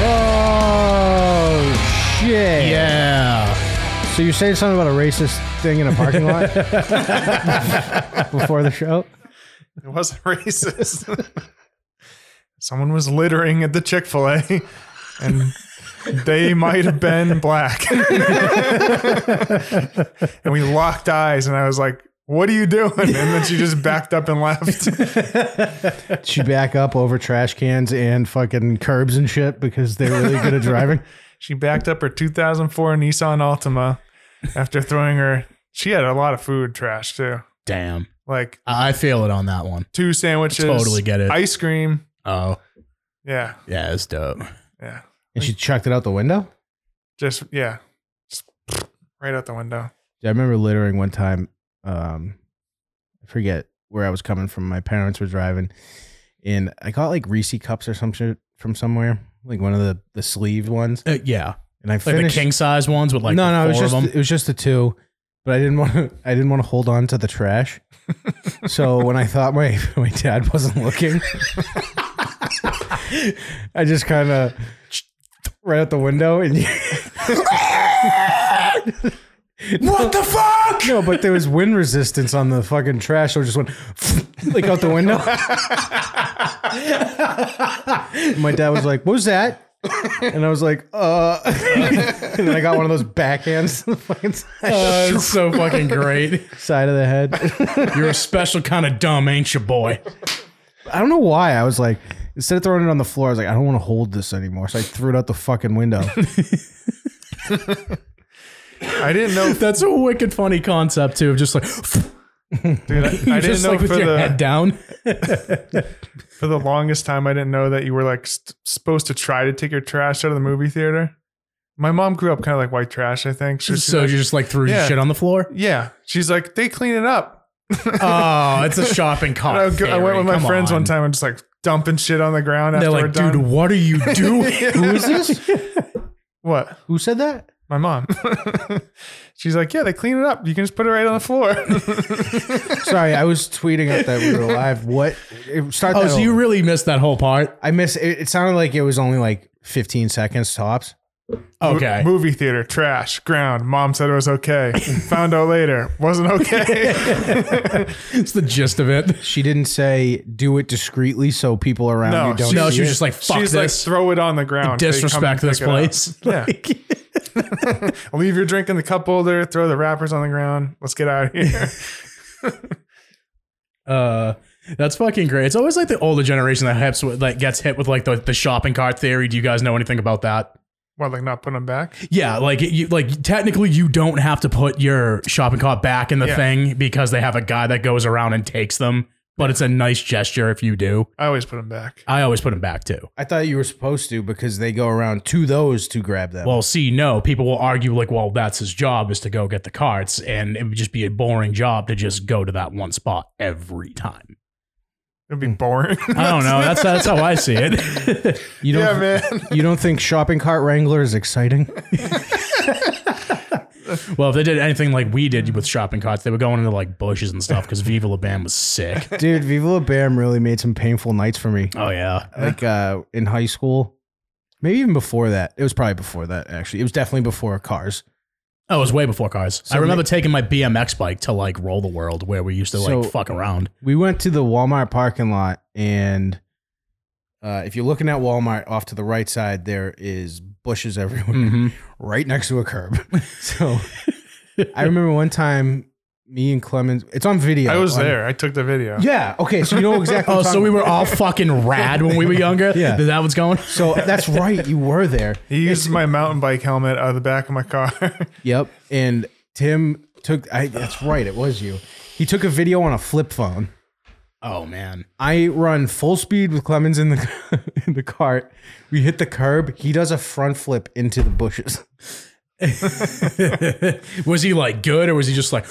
Oh, So you're saying something about a racist thing in a parking lot before the show? It wasn't racist. Someone was littering at the Chick fil A and they might have been black. and we locked eyes and I was like, what are you doing? And then she just backed up and left. She back up over trash cans and fucking curbs and shit because they're really good at driving. She backed up her 2004 Nissan Altima after throwing her. She had a lot of food trash too, Damn. like I I feel it on that one. two sandwiches, Totally get it. ice cream. Oh, Yeah, yeah, it's dope. yeah, And she chucked it out the window. just yeah, just right out the window. Yeah, I remember littering one time. Um, I forget where I was coming from. My parents were driving, and I got like Reese cups or some shit from somewhere, like one of the the sleeved ones. Uh, yeah, And I like finished. the king size ones with like no, the no, it was four of just them. it was just the two, but I didn't want to. I didn't want to hold on to the trash. so when I thought my my dad wasn't looking, I just kind of right out the window and. what the fuck? No, but there was wind resistance on the fucking trash, so it just went like out the window. My dad was like, "What was that?" And I was like, "Uh," and then I got one of those backhands to the fucking Uh, it's so fucking great. side of the head. You're a special kind of dumb, ain't you, boy? I don't know why. I was like, instead of throwing it on the floor, I was like, "I don't want to hold this anymore," so I threw it out the fucking window. I didn't know, That's a wicked funny concept too. Of just like dude. I, I didn't just know like with for your head the down. for the longest time. I didn't know that you were like st- supposed to try to take your trash out of the movie theater. My mom grew up kind of like white trash. I think. She, So you just like threw your Yeah. shit on the floor. yeah, she's like they clean it up. Oh, it's a shopping cart. I, go- I went with my Come friends on. one time and just like dumping shit on the ground They're after we're like, done. dude, what are you doing? Who is this? what? Who said that? My mom. She's like, yeah, they clean it up. You can just put it right on the floor. Sorry, I was tweeting out that we were live. What? It- Start. Oh, that so over. you really missed that whole part? I miss. It, it sounded like it was only like 15 seconds tops. Okay. Movie theater, trash, ground. Mom said it was okay. Found out later, wasn't okay. It's the gist of it. She didn't say do it discreetly so people around No, you don't. she- No, see she was it." just like, fuck She's like, this. throw it on the ground. They come disrespect and this pick it up. place. Yeah. Leave your drink in the cup holder. Throw the wrappers on the ground. Let's get out of here. Uh, that's fucking great. It's always like the older generation that hits with, like gets hit with like the, the shopping cart theory. Do you guys know anything about that? what, like not putting them back? Yeah, like it- you like technically you don't have to put your shopping cart back in the Yeah. thing because they have a guy that goes around and takes them. But it's a nice gesture if you do. I always put them back. I always put them back too. I thought you were supposed to because they go around to those to grab them. Well, see, no, people will argue like, well, that's his job is to go get the carts, and it would just be a boring job to just go to that one spot every time. It'd be Hmm. boring. I don't know. That's that's how I see it. you don't. yeah, man. You don't think shopping cart wrangler is exciting? Well, if they did anything like we did with shopping carts, they were going into like bushes and stuff because Viva La Bam was sick. Dude, Viva La Bam really made some painful nights for me. Oh yeah, Like uh, in high school, maybe even before that. It was probably before that, actually. It was definitely before cars. oh, it was way before cars. I remember taking my BMX bike to like Roll the World, where we used to like So- fuck around. we went to the Walmart parking lot, and uh, if you're looking at Walmart off to the right side, there is bushes everywhere, Mm. right next to a curb. so I remember one time, me and Clemens, it's on video. I was on- there. I took the video. Yeah. Okay. So you know exactly. what Oh, I'm so talking we were about. all fucking rad when we were younger. Yeah. Is that what's going? So that's right. You were there. He used my mountain bike helmet out of the back of my car. Yep. And Tim took. I, that's right. It was you. He took a video on a flip phone. Oh man, I run full speed with Clemens in the in the cart. We hit the curb. He does a front flip into the bushes. was he like good or was he just like?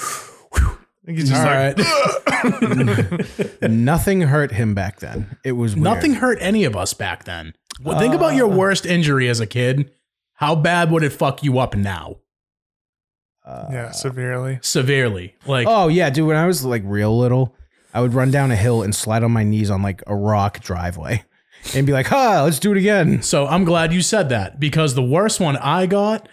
He's just All like, right. Nothing hurt him back then. It was weird. Nothing hurt any of us back then. Well, think about your worst injury as a kid. How bad would it fuck you up now? yeah, severely. Severely. Like, Oh yeah, dude. When I was like real little, I would run down a hill and slide on my knees on like a rock driveway, and be like, "Ha, let's do it again." So I'm glad you said that because the worst one I got,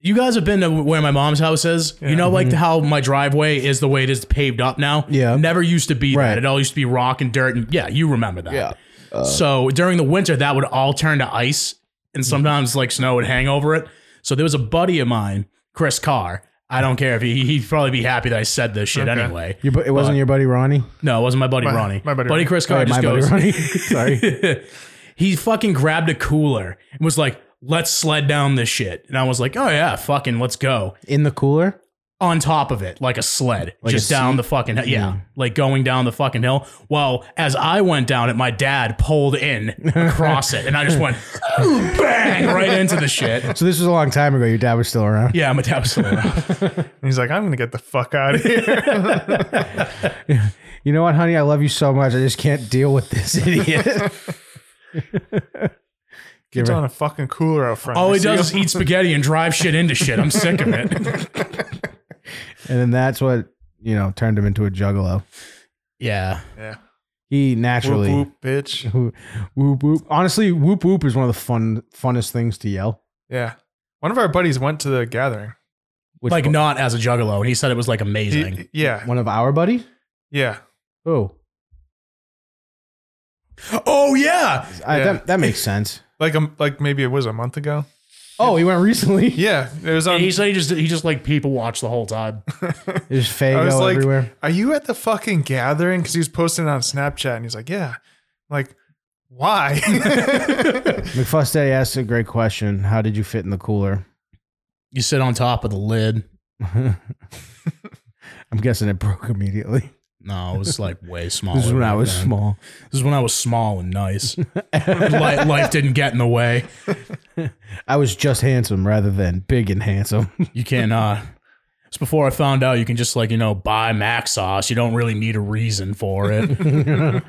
You guys have been to where my mom's house is. Yeah. Mm-hmm. You know, like how my driveway is the way it is paved up now. Yeah. never used to be Right. that. It all used to be rock and dirt, and yeah, you remember that. Yeah. so during the winter, that would all turn to ice, and Mm-hmm. sometimes like snow would hang over it. So there was a buddy of mine, Chris Carr. I don't care if he, he'd probably be happy that I said this shit Okay. anyway. Your, bu- it wasn't But- your buddy Ronnie. No, it wasn't my buddy My- Ronnie. my buddy buddy Ronnie. Chris Carr Sorry, just my buddy goes. Ronnie. Sorry. he fucking grabbed a cooler and was like, let's sled down this shit. And I was like, oh yeah, fucking let's go. In the cooler. On top of it, like a sled, Like just a down seat? the fucking hill. Yeah, Mm. like going down the fucking hill. Well, as I went down it, my dad pulled in across it, and I just went bang right into the shit. So this was a long time ago. Your dad was still around. Yeah, my dad was still around. And he's like, I'm gonna get the fuck out of here. You know what, honey? I love you so much. I just can't deal with this idiot. It's on a fucking cooler out front. All he You see does is him? eat spaghetti and drive shit into shit. I'm sick of it. and then that's what you know turned him into a juggalo. Yeah. yeah. He naturally. Whoop, whoop, bitch. Whoop whoop. Honestly, whoop whoop is one of the fun funnest things to yell. Yeah. One of our buddies went to the gathering. Which like bu- not as a juggalo, and he said it was like He- amazing. yeah. one of our buddies. Yeah. Oh, oh yeah, I, Yeah. that that makes sense. Like um, like maybe it was a month ago. Oh, he went recently. Yeah. It was on he said he just he just like people watch the whole time. There's I was Fago like- everywhere. Are you at the fucking gathering? Because he was posting it on Snapchat and he's like, Yeah. Like, why? McFuste asked a great question. How did you fit in the cooler? You sit on top of the lid. I'm guessing it broke immediately. No, it was like way smaller. This is when I back was then. small. This is when I was small and nice. life, life didn't get in the way. I was just handsome rather than big and handsome. You can. uh It's before I found out you can just like you know buy mac sauce. You don't really need a reason for it.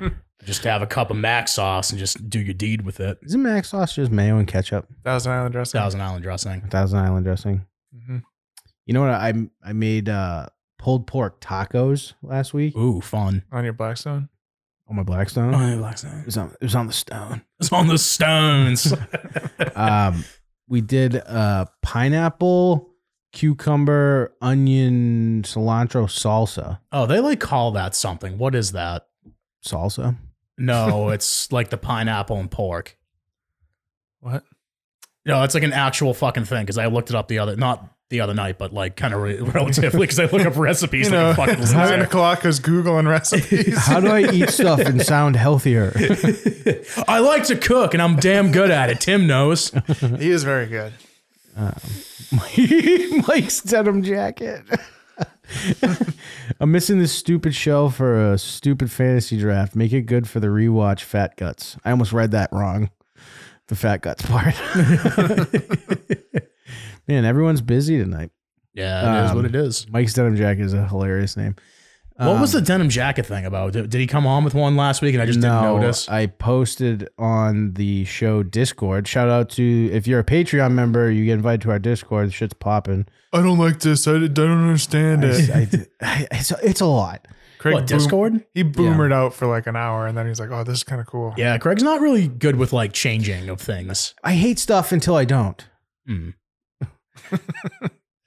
just have a cup of mac sauce and just do your deed with it. Isn't mac sauce just mayo and ketchup? Thousand Island dressing. Thousand Island dressing. Thousand Island dressing. Mhm. You know what? I I made uh, pulled pork tacos last week Ooh, fun. On your Blackstone. on my Blackstone. Oh, yeah, Black It Stone. was on, it was on the stone. It's on the stones. Um, we did uh, pineapple, cucumber, onion, cilantro salsa. oh, they like call that something. What is that? Salsa? No, it's like the pineapple and pork. What? No, it's like an actual fucking thing because I looked it up the other not the other night, but like kind of re- relatively because I look up recipes You like know, a fucking nine loser. o'clock is Googling recipes. How do I eat stuff and sound healthier? I like to cook and I'm damn good at it. Tim knows. he is very good. Mike's denim jacket. I'm missing this stupid show for a stupid fantasy draft. Make it good for the rewatch Fat Guts. I almost read that wrong. The Fat Guts part. Man, everyone's busy tonight. Yeah, it is Um, what it is. Mike's denim jacket is a hilarious name. Um, what um, was the denim jacket thing about? Did, did he come on with one last week and I just didn't uh, notice? I posted on the show Discord. Shout out to if you're a Patreon member, you get invited to our Discord. The shit's popping. I don't like this. I don't understand it. I, I- it's, it's a lot. Craig what boom- Discord? He boomered out for like an hour and then he's like, Oh, this is kind of cool. Yeah, Craig's not really good with like changing of things. I hate stuff until I don't. Hmm.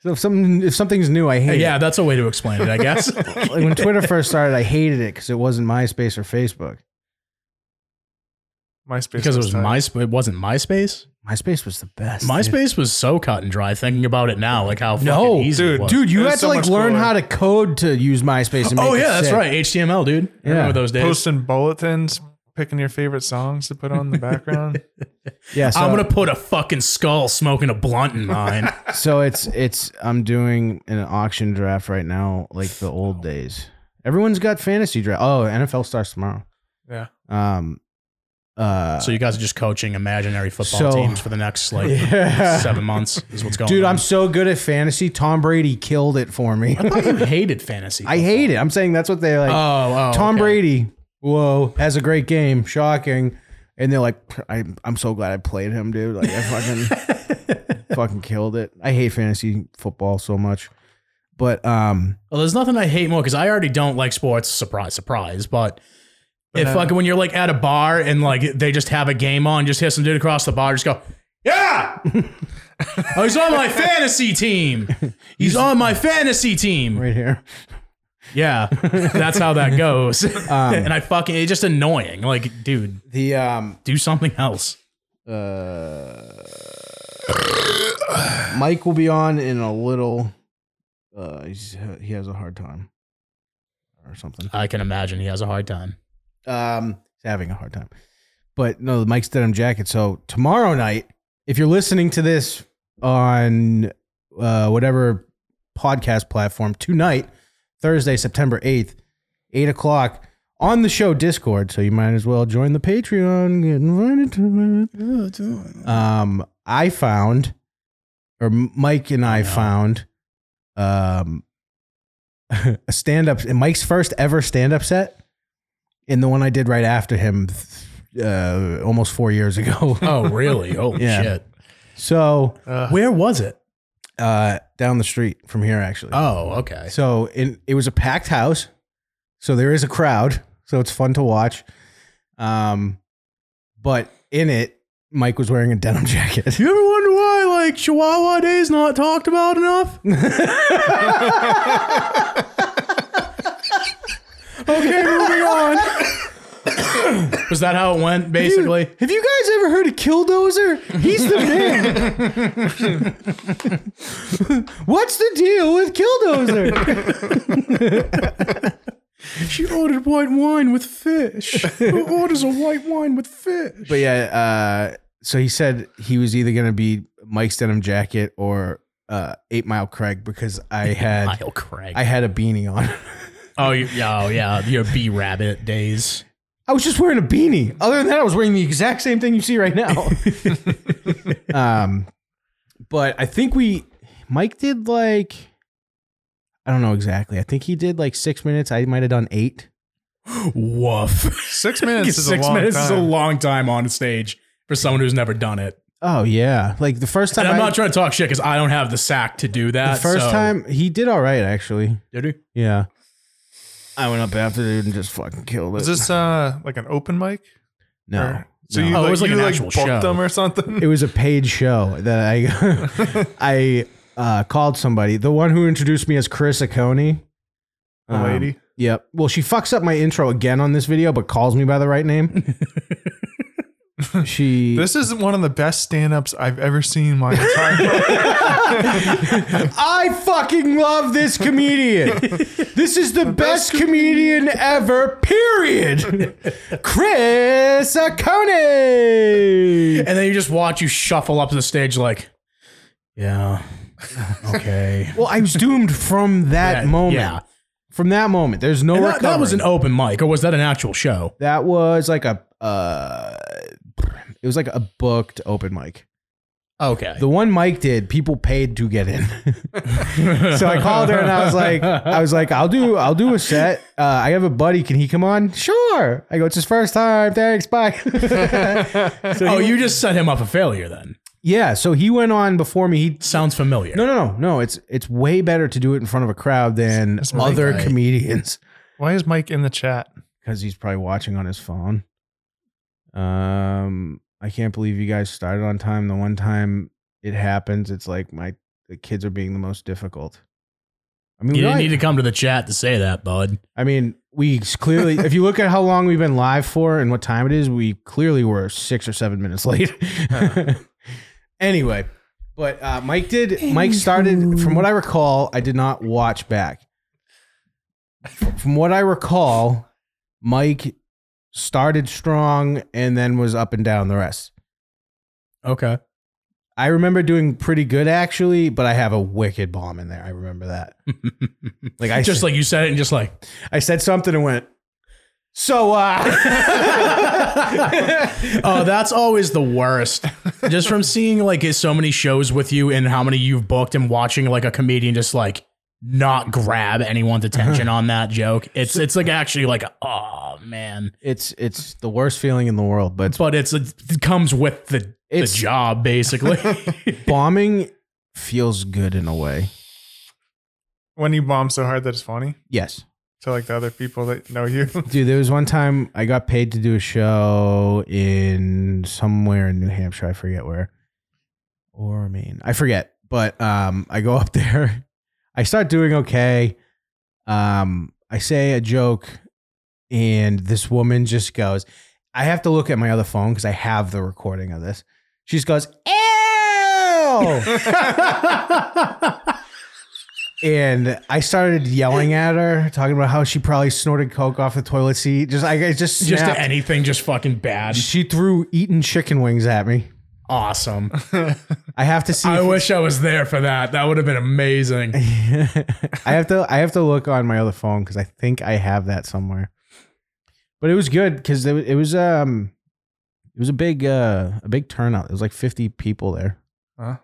So if something if something's new, I hate. Yeah, that's a way to explain it, I guess. it. Like when Twitter first started, I hated it because it wasn't MySpace or Facebook. MySpace. because it was tight. my it wasn't MySpace. MySpace was the best. MySpace was so cut and dry. Thinking about it now, like how fucking No, easy dude, it was. dude, you It was had to so like much learn cooler. how to code to use MySpace. And Oh make it yeah, that's sick. right. HTML, dude. I Yeah. Remember those days? posting bulletins, picking your favorite songs to put on the background. Yeah, so, I'm gonna put a fucking skull smoking a blunt in mine. so it's it's I'm doing an auction draft right now, like the old days. Everyone's got fantasy draft. Oh, NFL starts tomorrow. yeah. Um, uh, so you guys are just coaching imaginary football So- teams for the next like Yeah. seven months is what's going dude, on. I'm so good at fantasy. Tom Brady killed it for me. I thought you hated fantasy. I hate it. I'm saying that's what they like. Oh, oh, Tom okay. Brady, whoa, has a great game. Shocking. And they're like, I, I'm so glad I played him, dude. Like, I fucking, fucking killed it. I hate fantasy football so much. But um, Well, there's nothing I hate more because I already don't like sports. Surprise, surprise. But if uh, fucking when you're like at a bar and like they just have a game on, just hit some dude across the bar, just go, yeah, Oh, he's on my fantasy team. He's on my fantasy team. right here. Yeah, um, that's how that goes. and I fucking it's just annoying. Like, dude, The um do something else. uh Mike will be on in a little uh he's, he has a hard time or something. I can imagine he has a hard time. Um, he's having a hard time. But no, the Mike Stedham jacket. So tomorrow night, if you're listening to this on uh, whatever podcast platform, tonight, Thursday, September 8th, 8 o'clock, on the show Discord. So you might as well join the Patreon, get invited to it. Um, I found, or Mike and I No. found, um, a stand up, Mike's first ever stand up set and the one I did right after him th- uh, almost four years ago. Oh, really? Oh Yeah. shit. So Ugh. Where was it? uh, down the street from here, actually. Oh, okay. So in, it was a packed house. So there is a crowd. So it's fun to watch. Um, but in it, Mike was wearing a denim jacket. You ever wonder why like Chihuahua Day is not talked about enough? okay, moving on. Was that how it went, basically? Have you guys ever heard of Killdozer? He's the man. What's the deal with Killdozer? She ordered white wine with fish. Who orders a white wine with fish? But yeah, uh, so he said he was either going to be Mike's denim jacket or uh, Eight Mile Craig because I had Kyle Craig. I had a beanie on. oh, you, yeah, oh, yeah. Your B rabbit days. I was just wearing a beanie. Other than that, I was wearing the exact same thing you see right now. um, but I think we Mike did like I don't know exactly. I think he did like six minutes. I might have done eight. Woof. Six minutes is Six a long minutes time. is a long time on stage for someone who's never done it. Oh yeah, like the first time. And I'm I- not trying to talk shit because I don't have the sack to do the that. first so- time he did all right actually. Did he? Yeah. I went up after dude and just fucking killed it. Was this uh, like an open mic? no. Or- So no. you Oh, it like, was like you an like actual booked show. them or something? it was a paid show that I I uh, called somebody. The one who introduced me as Chris Acone. The lady? Yep. Well, she fucks up my intro again on this video, but calls me by the right name. she. This is one of the best stand-ups I've ever seen in my entire life. I fucking love this comedian. this is the, best, comedian ever. Period. Chris Acone. And then you just watch you shuffle up to the stage like, yeah, okay. Well, I was doomed from that Yeah, moment. yeah. From that moment, there's no And that, recovery. that was an open mic, or was that an actual show? That was like a uh it was like a booked open mic. Okay. The one Mike did, people paid to get in. so I called her and I was like, Oh, I was like, I'll do, I'll do a set. Uh, I have a buddy. Can he come on? Sure. I go, it's his first time. Thanks. Bye. oh, you just set him up for failure then. yeah. So he went on before me. He Sounds familiar. no, no, no, no. It's it's way better to do it in front of a crowd than That's Mike, other right? comedians Why is Mike in the chat? because he's probably watching on his phone. Um, I can't believe you guys started on time. The one time it happens, it's like my the kids are being the most difficult. I mean, You we didn't only- need to come to the chat to say that, bud. I mean, we clearly, if you look at how long we've been live for and what time it is, we clearly were six or seven minutes late. anyway, but uh, Mike did, Mike started, from what I recall, I did not watch back. From what I recall, Mike started strong and then was up and down the rest. Okay. I remember doing pretty good actually, but I have a wicked bomb in there. I remember that. Like I just like you said it and just like, I said something and went, so uh oh, that's always the worst. Just from seeing like so many shows with you and how many you've booked and watching like a comedian just like not grab anyone's attention on that joke. It's it's like actually like oh man. it's it's the worst feeling in the world, but But it's it comes with the It's- the job basically. bombing feels good in a way. When you bomb so hard that it's funny Yes. to like the other people that know you. Dude, there was one time I got paid to do a show in somewhere in New Hampshire, I forget where. or Maine. I forget, but um, I go up there. I start doing okay. Um, I say a joke, and this woman just goes, I have to look at my other phone because I have the recording of this. She just goes, Ew! and I started yelling at her, talking about how she probably snorted coke off the toilet seat. Just I, I just Just snapped. anything, just fucking bad. she threw eaten chicken wings at me. Awesome. I have to see. I if- wish I was there for that. That would have been amazing. I have to I have to look on my other phone because I think I have that somewhere. But it was good because it, wa- it was um it was a big uh a big turnout. It was like fifty people there Huh?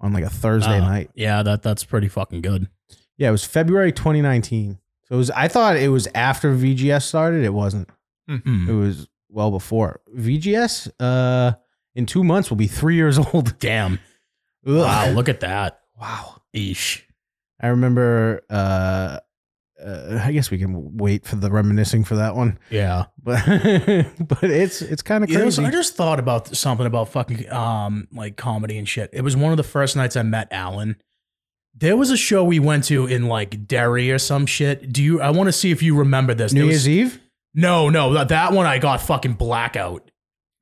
on like a Thursday Uh, night. Yeah, that that's pretty fucking good. Yeah, it was February 2019. So it was I thought it was after VGS started. It wasn't. It Mm. was well before VGS. Uh, in two months will be three years old. Damn. Ugh. Wow, look at that. Wow. Eesh. I remember. Uh, uh, I guess we can wait for the reminiscing for that one, Yeah. but but it's it's kind of You know, crazy. so I just thought about something about fucking um like comedy and shit. It was one of the first nights I met Alan. There was a show we went to in like Derry or some shit. Do you? I want to see if you remember this. New There was- Year's Eve. No, no, that, that one I got fucking blackout.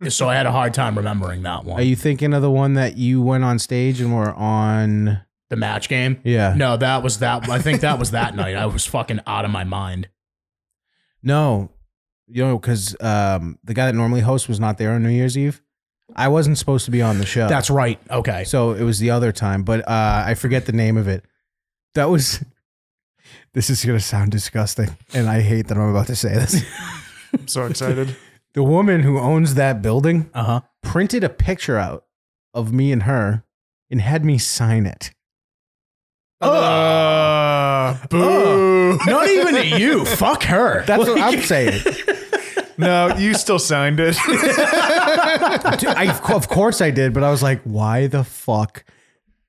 So I had a hard time remembering that one. Are you thinking of the one that you went on stage and were on? the match game? Yeah. No. No, that was that. I think that was that night. I was fucking out of my mind. You know, because um, the guy that normally hosts was not there on New Year's Eve. I wasn't supposed to be on the show. That's right. Okay. So it was the other time, but uh, I forget the name of it. That was. This is gonna sound disgusting, and I hate that I'm about to say this. I'm so excited. the woman who owns that building Uh huh. printed a picture out of me and her and had me sign it. Uh, boo. Not even at you. Fuck her. That's what I'm saying. no, you still signed it. Dude, I, of course I did, but I was like, why the fuck?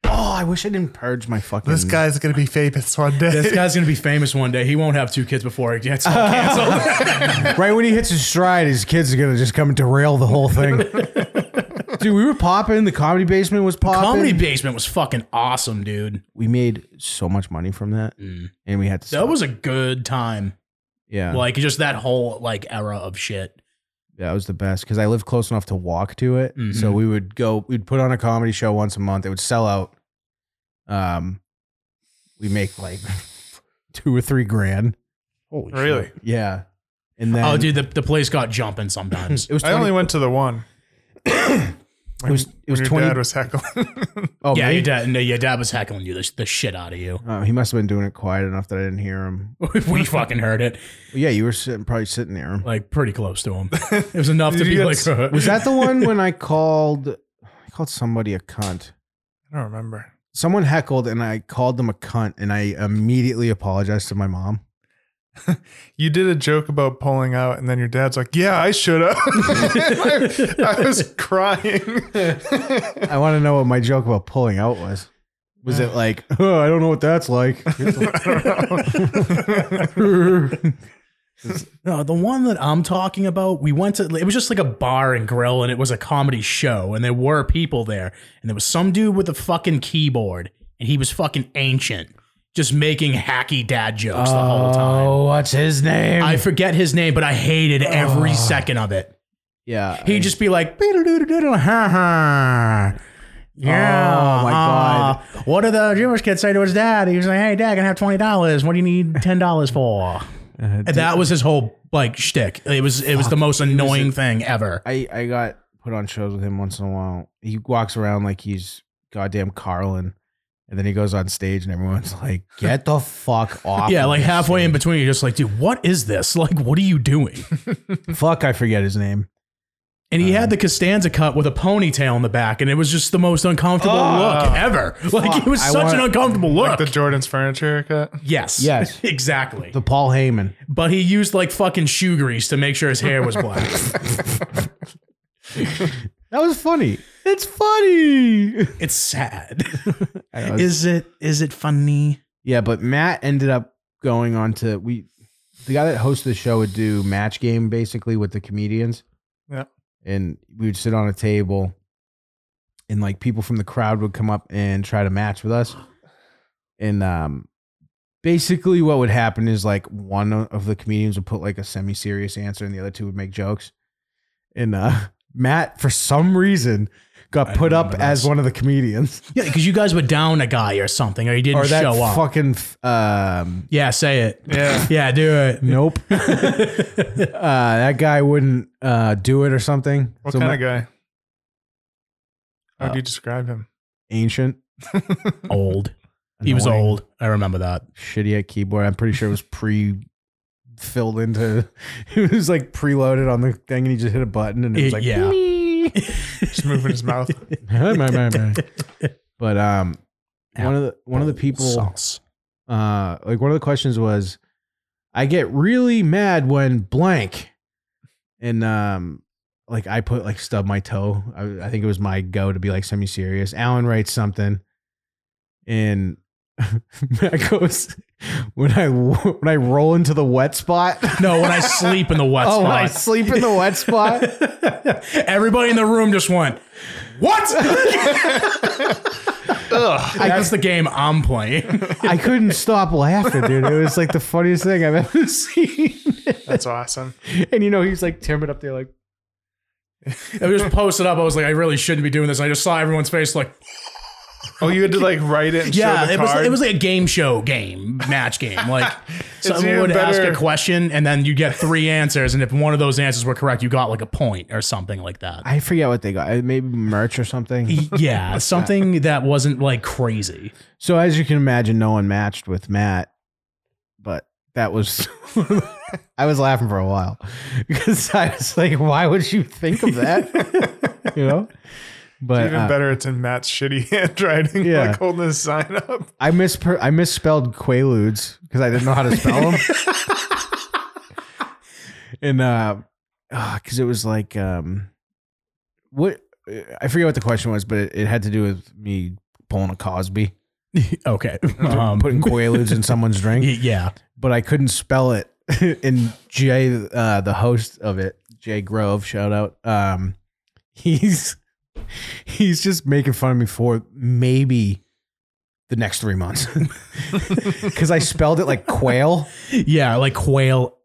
Oh, I wish I didn't purge my fucking. this guy's gonna be famous one day. This guy's gonna be famous one day. He won't have two kids before he gets all canceled. Right when he hits his stride, his kids are gonna just come and derail the whole thing. Dude, we were popping. The comedy basement was popping. Comedy Basement was fucking awesome, dude. we made so much money from that, Mm. and we had to. That was a good time. yeah, Like just that whole like era of shit. that was the best because I lived close enough to walk to it. Mhm. So we would go, we'd put on a comedy show once a month. It would sell out. Um, we make like two or three grand. Holy Really? shit. Yeah. And then oh, dude, the, the place got jumping sometimes. it was I 20, only went to the one. it was, it was when your 20. dad was heckling. oh, yeah, me? your dad, no, your dad was heckling you the, the shit out of you. Oh, he must have been doing it quiet enough that I didn't hear him. we fucking heard it Well, yeah, you were sitting, probably sitting near him. like pretty close to him. It was enough to Did you be get like, s- Was that the one when I called, I called somebody a cunt? I don't remember. Someone heckled and I called them a cunt and I immediately apologized to my mom. You did a joke about pulling out, and then your dad's like, "Yeah, I should have." I, I was crying. I want to know what my joke about pulling out was. Was it like, oh, I don't know what that's like? No, the one that I'm talking about, we went to, it was just like a bar and grill and it was a comedy show and there were people there and there was some dude with a fucking keyboard and he was fucking ancient, just making hacky dad jokes the whole time. Oh, what's his name? I forget his name, but I hated every second of it. yeah. He'd just be like, "Be-do-do-do-do-do, ha ha. Yeah. Oh, my God. uh, What did the Jewish kid say to his dad? He was like, hey, dad, can I have $20? What do you need $10 for? And that was his whole like shtick. It was it was the most annoying thing ever. I, I got put on shows with him once in a while. He walks around like he's goddamn Carlin. And then he goes on stage and everyone's like, get the fuck off. Yeah, of like this halfway in stage." between, you're just like, dude, what is this? Like, what are you doing? Fuck, I forget his name. And he had the Costanza cut with a ponytail in the back, and it was just the most uncomfortable Oh. look ever. Like, Fuck, it was I such an want- uncomfortable like look. the Jordan's furniture cut. yes. Yes. exactly. The Paul Heyman. But he used like fucking shoe grease to make sure his hair was black. That was funny. It's funny. it's sad. I was- is it is it funny? Yeah, but Matt ended up going on to we the guy that hosted the show would do match game basically with the comedians. Yeah. And we would sit on a table and like people from the crowd would come up and try to match with us. And um basically what would happen is like one o- of the comedians would put like a semi-serious answer and the other two would make jokes. And uh Matt for some reason I got put up remember as this. one of the comedians Yeah, because you guys were down a guy or something, or you didn't or that show up. fucking f- um yeah, say it. Yeah. Yeah, do it. nope. uh that guy wouldn't uh do it or something. What So kind Ma- of guy? How Uh, do you describe him? ancient old. He was annoying. old. I remember that. shitty at keyboard. I'm pretty sure it was pre filled into it was like preloaded on the thing and he just hit a button and it was It- like yeah. Just moving his mouth. but um one of the one of the people Sauce. uh like one of the questions was I get really mad when blank and um like I put like stub my toe. I, I think it was my go to be like semi serious. Alan writes something and Matt goes when I when I roll into the wet spot. No, when I sleep in the wet oh, I spot. sleep in the wet spot. Everybody in the room just went, What? That's the game I'm playing. I couldn't stop laughing, dude. It was like the funniest thing I've ever seen. That's awesome. and you know, he's like tearing up there, like I just posted up. I was like, I really shouldn't be doing this. I just saw everyone's face like, Oh, you had to like write it. And show Yeah, the it was card? it was like a game show game, match game. Like someone even would ask better- a question and then you get three answers, and if one of those answers were correct, you got like a point or something like that. I forget what they got. Uh, Maybe merch or something. yeah, something that wasn't like crazy. So as you can imagine, no one matched with Matt, but that was I was laughing for a while because I was like, why would you think of that? you know? But Even uh, better, it's in Matt's shitty handwriting, Yeah. like holding his sign up. I misper- I misspelled quaaludes because I didn't know how to spell them. and uh because it was like um what I forget what the question was, but it, it had to do with me pulling a Cosby, Okay. Um, putting quaaludes in someone's drink, y- yeah. but I couldn't spell it. and Jay, uh, the host of it, Jay Grove, shout out. Um, he's he's just making fun of me for maybe the next three months because I spelled it like quail. Yeah, like quail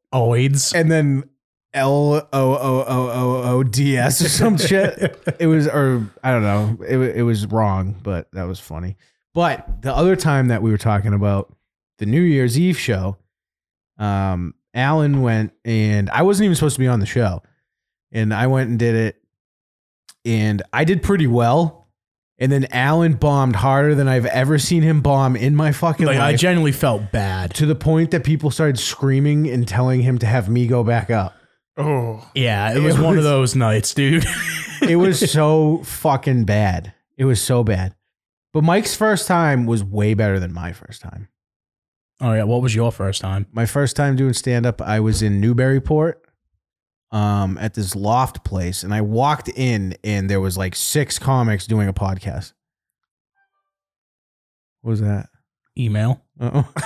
oids. and then L O O O O O D S or some shit. It was, or I don't know. It wa- it was wrong, but that was funny. But the other time that we were talking about the New Year's Eve show, um, Alan went and I wasn't even supposed to be on the show, and I went and did it, and I did pretty well. And then Alan bombed harder than I've ever seen him bomb in my fucking Like, I life genuinely felt bad. to the point that people started screaming and telling him to have me go back up. Oh, Yeah, it was It one of was- those nights, dude. It was so fucking bad. It was so bad. But Mike's first time was way better than my first time. All right, Oh, what was your first time? My first time doing stand up, I was in Newburyport um, at this loft place, and I walked in, and there was like six comics doing a podcast. What was that? Email. Uh-oh.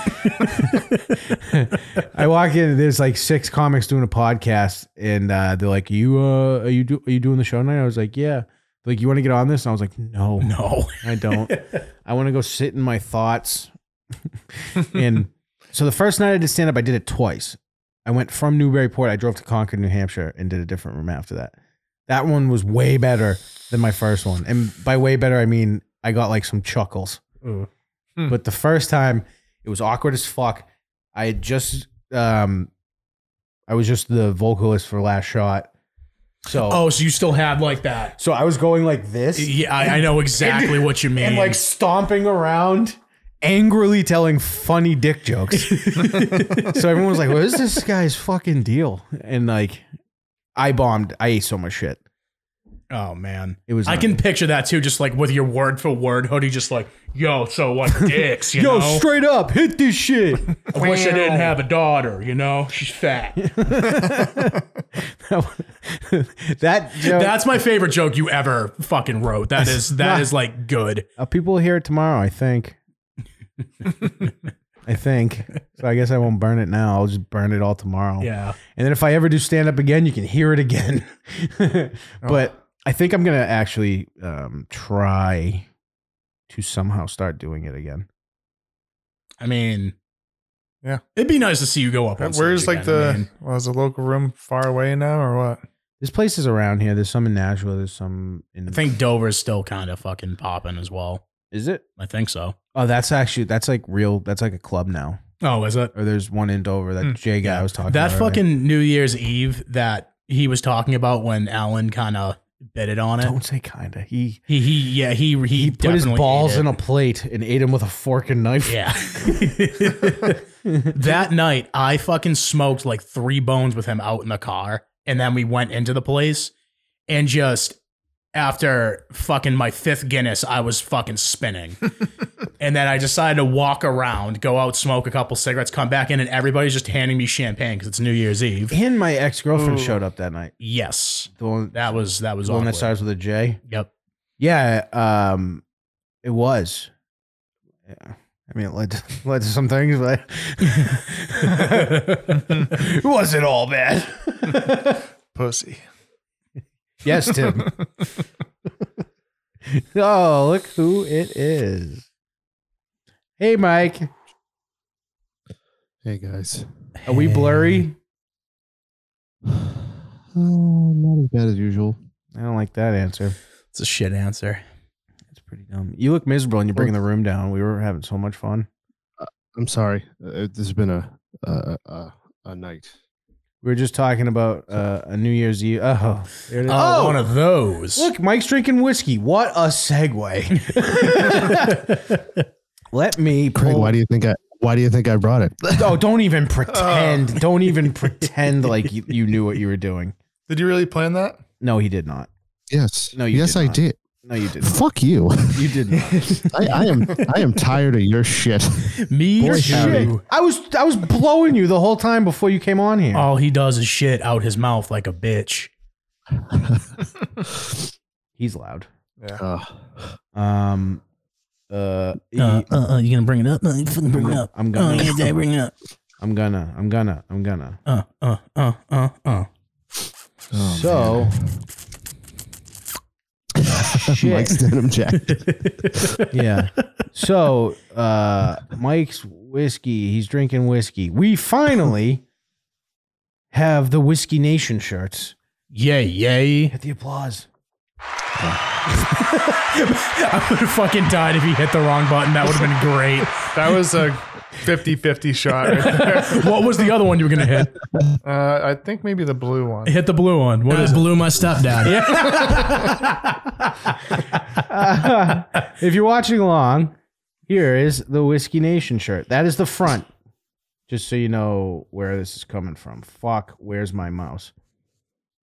I walk in. There's like six comics doing a podcast, and uh, they're like, "You, uh, are you do, are you doing the show tonight?" I was like, "Yeah." They're like, "You want to get on this?" And I was like, "No, no. I don't. I want to go sit in my thoughts." and so the first night I did stand up, I did it twice. I went from Newburyport. I drove to Concord, New Hampshire, and did a different room after that. That one was way better than my first one, and by way better, I mean I got like some chuckles. Oh, But the first time, it was awkward as fuck. I had just, um, I was just the vocalist for Last Shot, so Oh, so you still had like that. so I was going like this Yeah, I, I know exactly what you mean. and like stomping around, angrily telling funny dick jokes. so everyone was like, "What is this guy's fucking deal?" And like, I bombed. I ate so much shit. oh man. It was I can picture that too, just like with your word for word hoodie, just like, yo, so what dicks, you yo know? straight up hit this shit. I wish I didn't have a daughter, you know? She's fat. that joke. That's my favorite joke you ever fucking wrote. That is that is like good. Uh, people will hear it tomorrow, I think. I think. So I guess I won't burn it now. I'll just burn it all tomorrow. Yeah. Oh. And then if I ever do stand up again, you can hear it again. but I think I'm gonna actually um, try to somehow start doing it again. I mean, Yeah. it'd be nice to see you go up. on Where's stage like again, I the mean. well, is the local room far away now or what? There's places around here. There's some in Nashville. There's some in. I think Dover's still kind of fucking popping as well. is it? I think so. Oh, that's actually that's like real. That's like a club now. Oh, is it? Or there's one in Dover that Hmm. Jay guy I was talking that about. earlier. fucking New Year's Eve that he was talking about when Alan kind of bitted on it. don't say kinda. He He he yeah he he, he put his balls in a plate and ate him with a fork and knife. yeah. that night, I fucking smoked like three bones with him out in the car, and then we went into the place, and just after fucking my fifth Guinness, I was fucking spinning. And then I decided to walk around, go out, smoke a couple cigarettes, come back in, and everybody's just handing me champagne because it's New Year's Eve. And my ex girlfriend Ooh. showed up that night. Yes, The one that was that was the one awkward. that starts with a J. Yep. Yeah, um, it was. Yeah. I mean, it led to, led to some things, but it wasn't all bad. Pussy. yes, Tim. oh, look who it is. Hey, Mike. Hey guys. Are we blurry? Oh, not as bad as usual. I don't like that answer. It's a shit answer. That's pretty dumb. You look miserable and you're bringing the room down. We were having so much fun. I'm sorry. Uh, this has been a a a, a night. We were just talking about uh, a New Year's Eve. Oh, there it is. Oh, one of those. Look, Mike's drinking whiskey. What a segue. Let me Craig, pull- why do you think I why do you think I brought it? Oh, don't even pretend. Don't even pretend like you, you knew what you were doing. Did you really plan that? No, he did not. Yes. No, you Yes, did I not. did. No, you did not. Fuck you. You did not. I, I am I am tired of your shit. Me Boy, too. howdy. I was I was blowing you the whole time before you came on here. All he does is shit out his mouth like a bitch. He's loud. Yeah. Uh, Um uh, Uh, he- uh, uh, you gonna bring it up? No, you fucking bring it up. I'm Oh, gonna yeah, yeah, bring it up. I'm gonna I'm gonna I'm gonna. Uh, uh, uh, uh, uh. oh, So shit. Mike's denim jacket. yeah. So uh Mike's whiskey, he's drinking whiskey. We finally have the Whiskey Nation shirts. Yay, yay. Hit the applause. I would have fucking died if he hit the wrong button. That would have been great. That was a 50-50 shot right there. What was the other one you were gonna hit? Uh, I think maybe the blue one. Hit the blue one. What is blue? Uh, My stepdad. yeah. If you're watching along, here is the Whiskey Nation shirt. That is the front. Just so you know where this is coming from. Fuck, where's my mouse?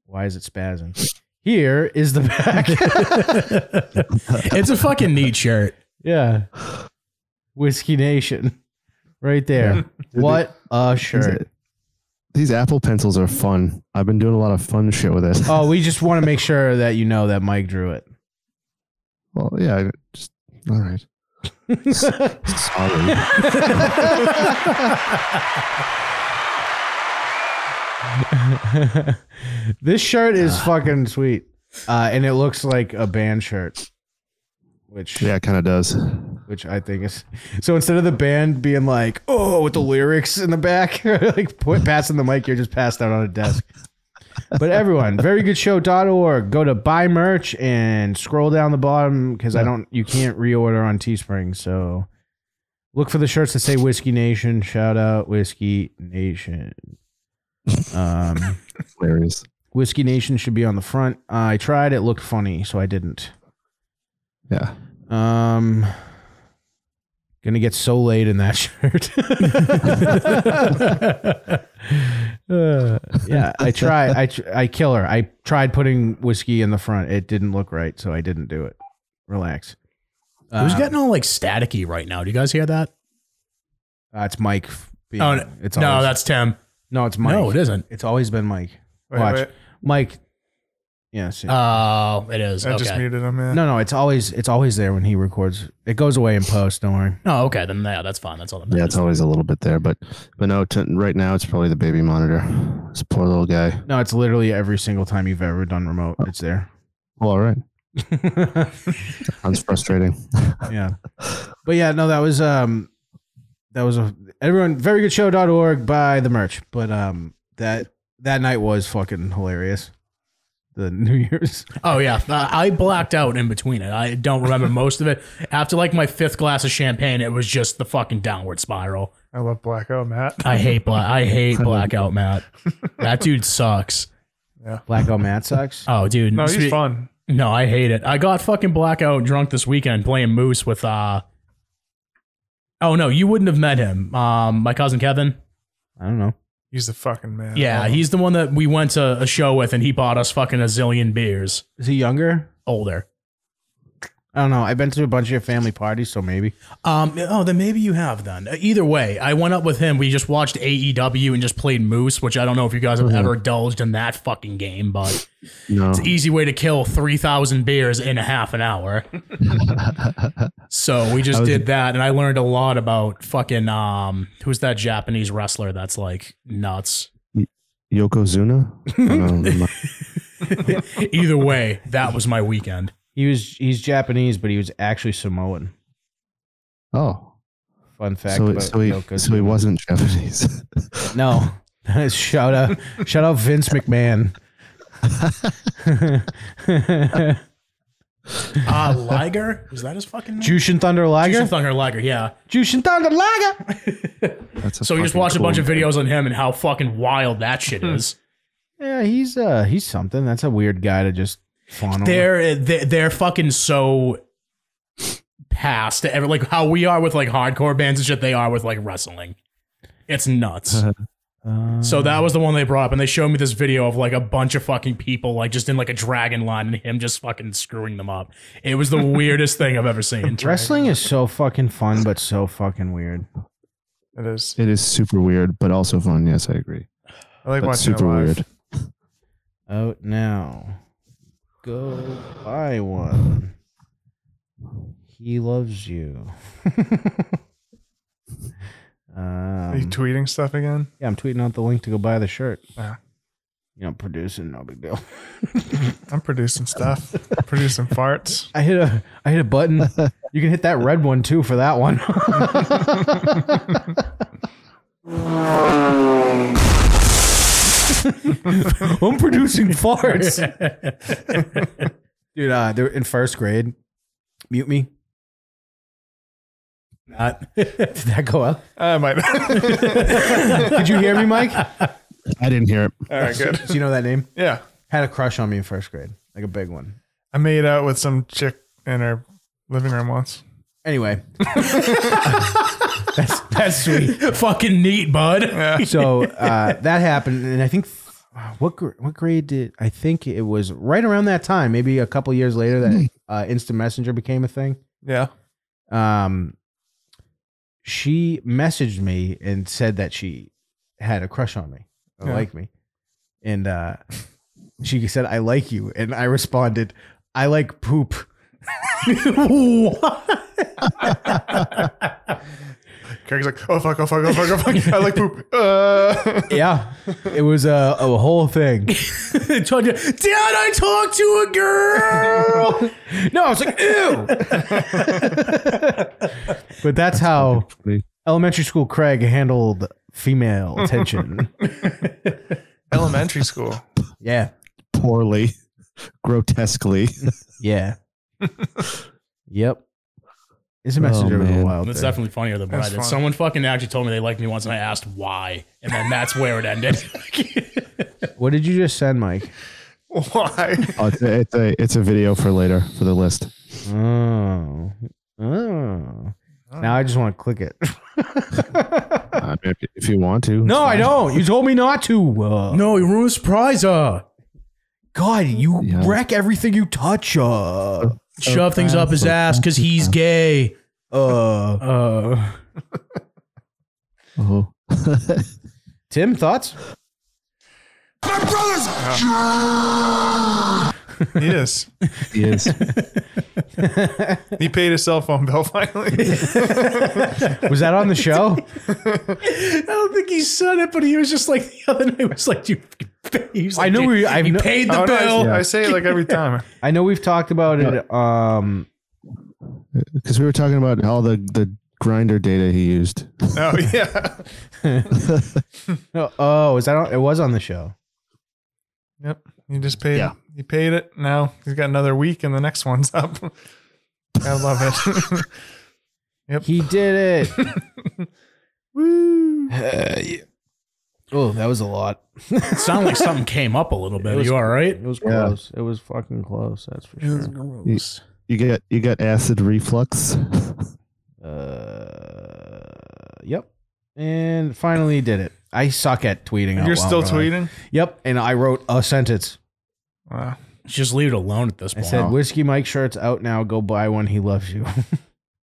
Why is it spazzing? Here is the back. It's a fucking neat shirt. yeah. Whiskey Nation. Right there. What a shirt. These Apple pencils are fun. I've been doing a lot of fun shit with this. Oh, we just want to make sure that you know that Mike drew it. Well, yeah, I just all right. Sorry. this shirt is fucking sweet. Uh, and it looks like a band shirt. Which Yeah, it kind of does. which I think is so instead of the band being like, oh, with the lyrics in the back, like put, passing the mic, you're just passed out on a desk. But everyone, verygoodshow.org. Go to buy merch and scroll down the bottom because I don't, you can't reorder on Teespring. So look for the shirts that say Whiskey Nation. Shout out Whiskey Nation. Um, Hilarious. Whiskey Nation should be on the front. I tried; it looked funny, so I didn't. Yeah. Um, gonna get so late in that shirt. Uh, yeah, I try. I tr- I kill her. I tried putting whiskey in the front. It didn't look right, so I didn't do it. Relax. Who's Um, getting all like staticky right now? Do you guys hear that? Uh, it's Mike. Being, Oh, no, it's no, always- that's Tim. no, it's Mike. No, it isn't. It's always been Mike. Wait, Watch. wait. Mike. Yeah. see. Oh, it is. I okay. just muted him. Yeah. no, no, it's always it's always there when he records. It goes away in post. Don't worry. oh, okay. Then yeah, that's fine. That's all that matters. Yeah, it's always a little bit there, but but no, t- right now it's probably the baby monitor. This poor little guy. No, it's literally every single time you've ever done remote. It's there. Well, all right. Sounds frustrating. yeah. But yeah, no, that was um that was a everyone very good show.org buy the merch. But um that that night was fucking hilarious. The New Year's. Oh yeah, uh, I blacked out in between it. I don't remember most of it. After like my fifth glass of champagne, it was just the fucking downward spiral. I love blackout, Matt. I hate black. I hate blackout, Matt. That dude sucks. Blackout Matt sucks. Oh, dude. No, he's Spe- fun. No, I hate it. I got fucking blackout drunk this weekend playing Moose with uh Oh no, you wouldn't have met him. Um my cousin Kevin. I don't know. He's the fucking man. Yeah, he's the one that we went to a show with and he bought us fucking a zillion beers. Is he younger? Older. I don't know. I've been to a bunch of your family parties, so maybe. Um oh then maybe you have then. Uh, Either way, I went up with him. We just watched AEW and just played Moose, which I don't know if you guys have Mhm. ever indulged in that fucking game, but No. it's e- an easy way to kill 3000 beers in a half an hour. So we just I was- did that, and I learned a lot about fucking um, who's that Japanese wrestler that's like nuts. Yokozuna? Um, Either way, that was my weekend. He was he's Japanese, but he was actually Samoan. oh. Fun fact So, about so, he, Yoko. so he wasn't Japanese. No. shout out shout out Vince McMahon. Uh, Liger was that his fucking name? Jushin Thunder Liger? Jushin Thunder Liger, yeah. Jushin Thunder Liger! That's a So we just fucking watched a bunch cool Hmm. of videos on him and how fucking wild that shit is. Yeah, he's uh he's something. That's a weird guy to just fawn over. they're they're they're fucking so past ever like how we are with like hardcore bands and shit. They are with like wrestling. It's nuts. Uh, So that was the one they brought up, and they showed me this video of like a bunch of fucking people, like just in like a dragon line, and him just fucking screwing them up. It was the weirdest thing I've ever seen. wrestling is so fucking fun, but so fucking weird. It is. It is super weird, but also fun. Yes, I agree. I like But watching super it live. weird. Out now. Go buy one. He loves you. Are you um, tweeting stuff again? yeah, I'm tweeting out the link to go buy the shirt. Ah. You know, producing, no big deal. I'm producing stuff. producing farts. I hit a I hit a button. You can hit that red one too for that one. I'm producing farts. Dude, uh, they're in first grade. Mute me. Not- Did that go up? I might. Did you hear me, Mike? I didn't hear it. All right, good. Do you know that name? Yeah. Had a crush on me in first grade, like a big one. I made out with some chick in her living room once. Anyway, that's that's sweet. fucking neat, bud. Yeah. so uh, that happened, and I think uh, what gr- what grade did I think it was right around that time, maybe a couple years later that uh, instant messenger became a thing. Yeah. Um, she messaged me and said that she had a crush on me, or Yeah. like me, and uh, she said I like you, and I responded I like poop. Craig's like, oh fuck, oh fuck, oh fuck, oh fuck. I like poop. Uh, Yeah, it was a, a whole thing. Told you, Dad, I talked to a girl. No, I was like ew. but that's Oh. how elementary school Craig handled female attention. elementary school. yeah. Poorly, grotesquely. Yeah. yep. It's a Oh, messenger with a man. wild That's thing. definitely funnier than what I That's did. fun. Someone fucking actually told me they liked me once, and I asked why, and then that's where it ended. What did you just send, Mike? Why? Oh, it's, a, it's, a, it's a video for later for the list. Oh. Oh. Now I just want to click it. I mean, Uh, if, if you want to. no, I don't. You told me not to. Uh, no, you ruined surprise. Uh, God, you Yeah. wreck everything you touch. Uh, shove things up his ass because he's gay. uh. Uh. Oh. Tim, thoughts? He is. he is. He paid his cell phone bill finally. Was that on the show? I don't think he said it, but he was just like the other night was like, "You fucking He's I know we- I've he kno- paid the Oh, no, I- bill. I say it like every time. I know we've talked about it. Um, Because we were talking about all the the grinder data he used. Oh yeah. no, oh, is that on, it? Was on the show? Yep. You just paid. Yeah. You paid it. Now he's got another week, and the next one's up. I love it. He did it. Woo. Uh, yeah. Oh, that was a lot. It sounded like something came up a little bit. It was- you all right? It was Yeah. close. It was fucking close. That's for sure. Gross. You got you got acid reflux. Uh, yep. And finally did it. I suck at tweeting. out You're loud, still by the way. tweeting. Yep. And I wrote a sentence. Wow. Just leave it alone at this I point. Oh, said, "Whiskey Mike shirts out now. Go buy one. He loves you."